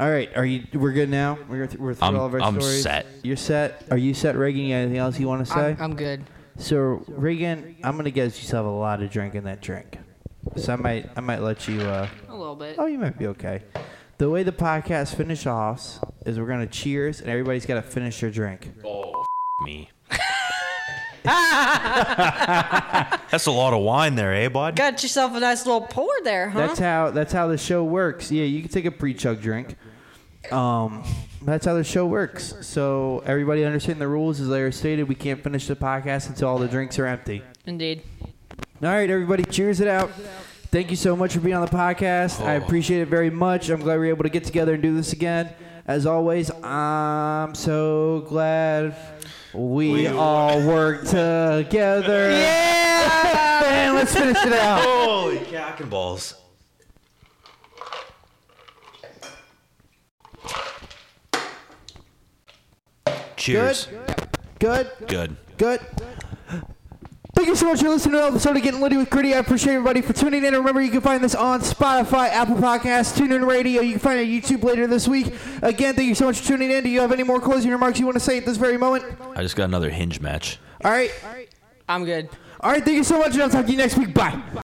A: All right, are you? We're good now. We're, th- we're through
C: I'm-
A: all of our
C: I'm
A: stories.
C: set.
A: You're set. Are you set, Reagan? You got anything else you want to say?
B: I'm, I'm good.
A: so, Reagan, I'm gonna guess you still have a lot of drink in that drink. So I might, I might let you. Uh,
B: A little bit.
A: oh, you might be okay. The way the podcast finishes off is we're gonna cheers, and everybody's gotta finish their drink.
C: Me. *laughs* That's a lot of wine there, eh, bud?
B: Got yourself a nice little pour there, huh?
A: That's how. That's how the show works. Yeah, you can take a pre-chug drink. Um, that's how the show works. So everybody understand the rules as they are stated. We can't finish the podcast until all the drinks are empty.
B: Indeed.
A: All right, everybody, cheers it out. Thank you so much for being on the podcast. I appreciate it very much. I'm glad we were able to get together and do this again. As always, I'm so glad we, all work together. *laughs* Yeah! and let's finish it out.
C: Holy cock and balls. Cheers.
A: Good,
C: Good.
A: good. Thank you so much for listening to episode of Getting Litty with Gritty. I appreciate everybody for tuning in. And remember, you can find this on Spotify, Apple Podcasts, TuneIn Radio. You can find it on YouTube later this week. Again, thank you so much for tuning in. Do you have any more closing remarks you want to say at this very moment?
C: I just got another hinge match.
A: All right.
B: I'm good.
A: All right. Thank you so much. And I'll talk to you next week. Bye.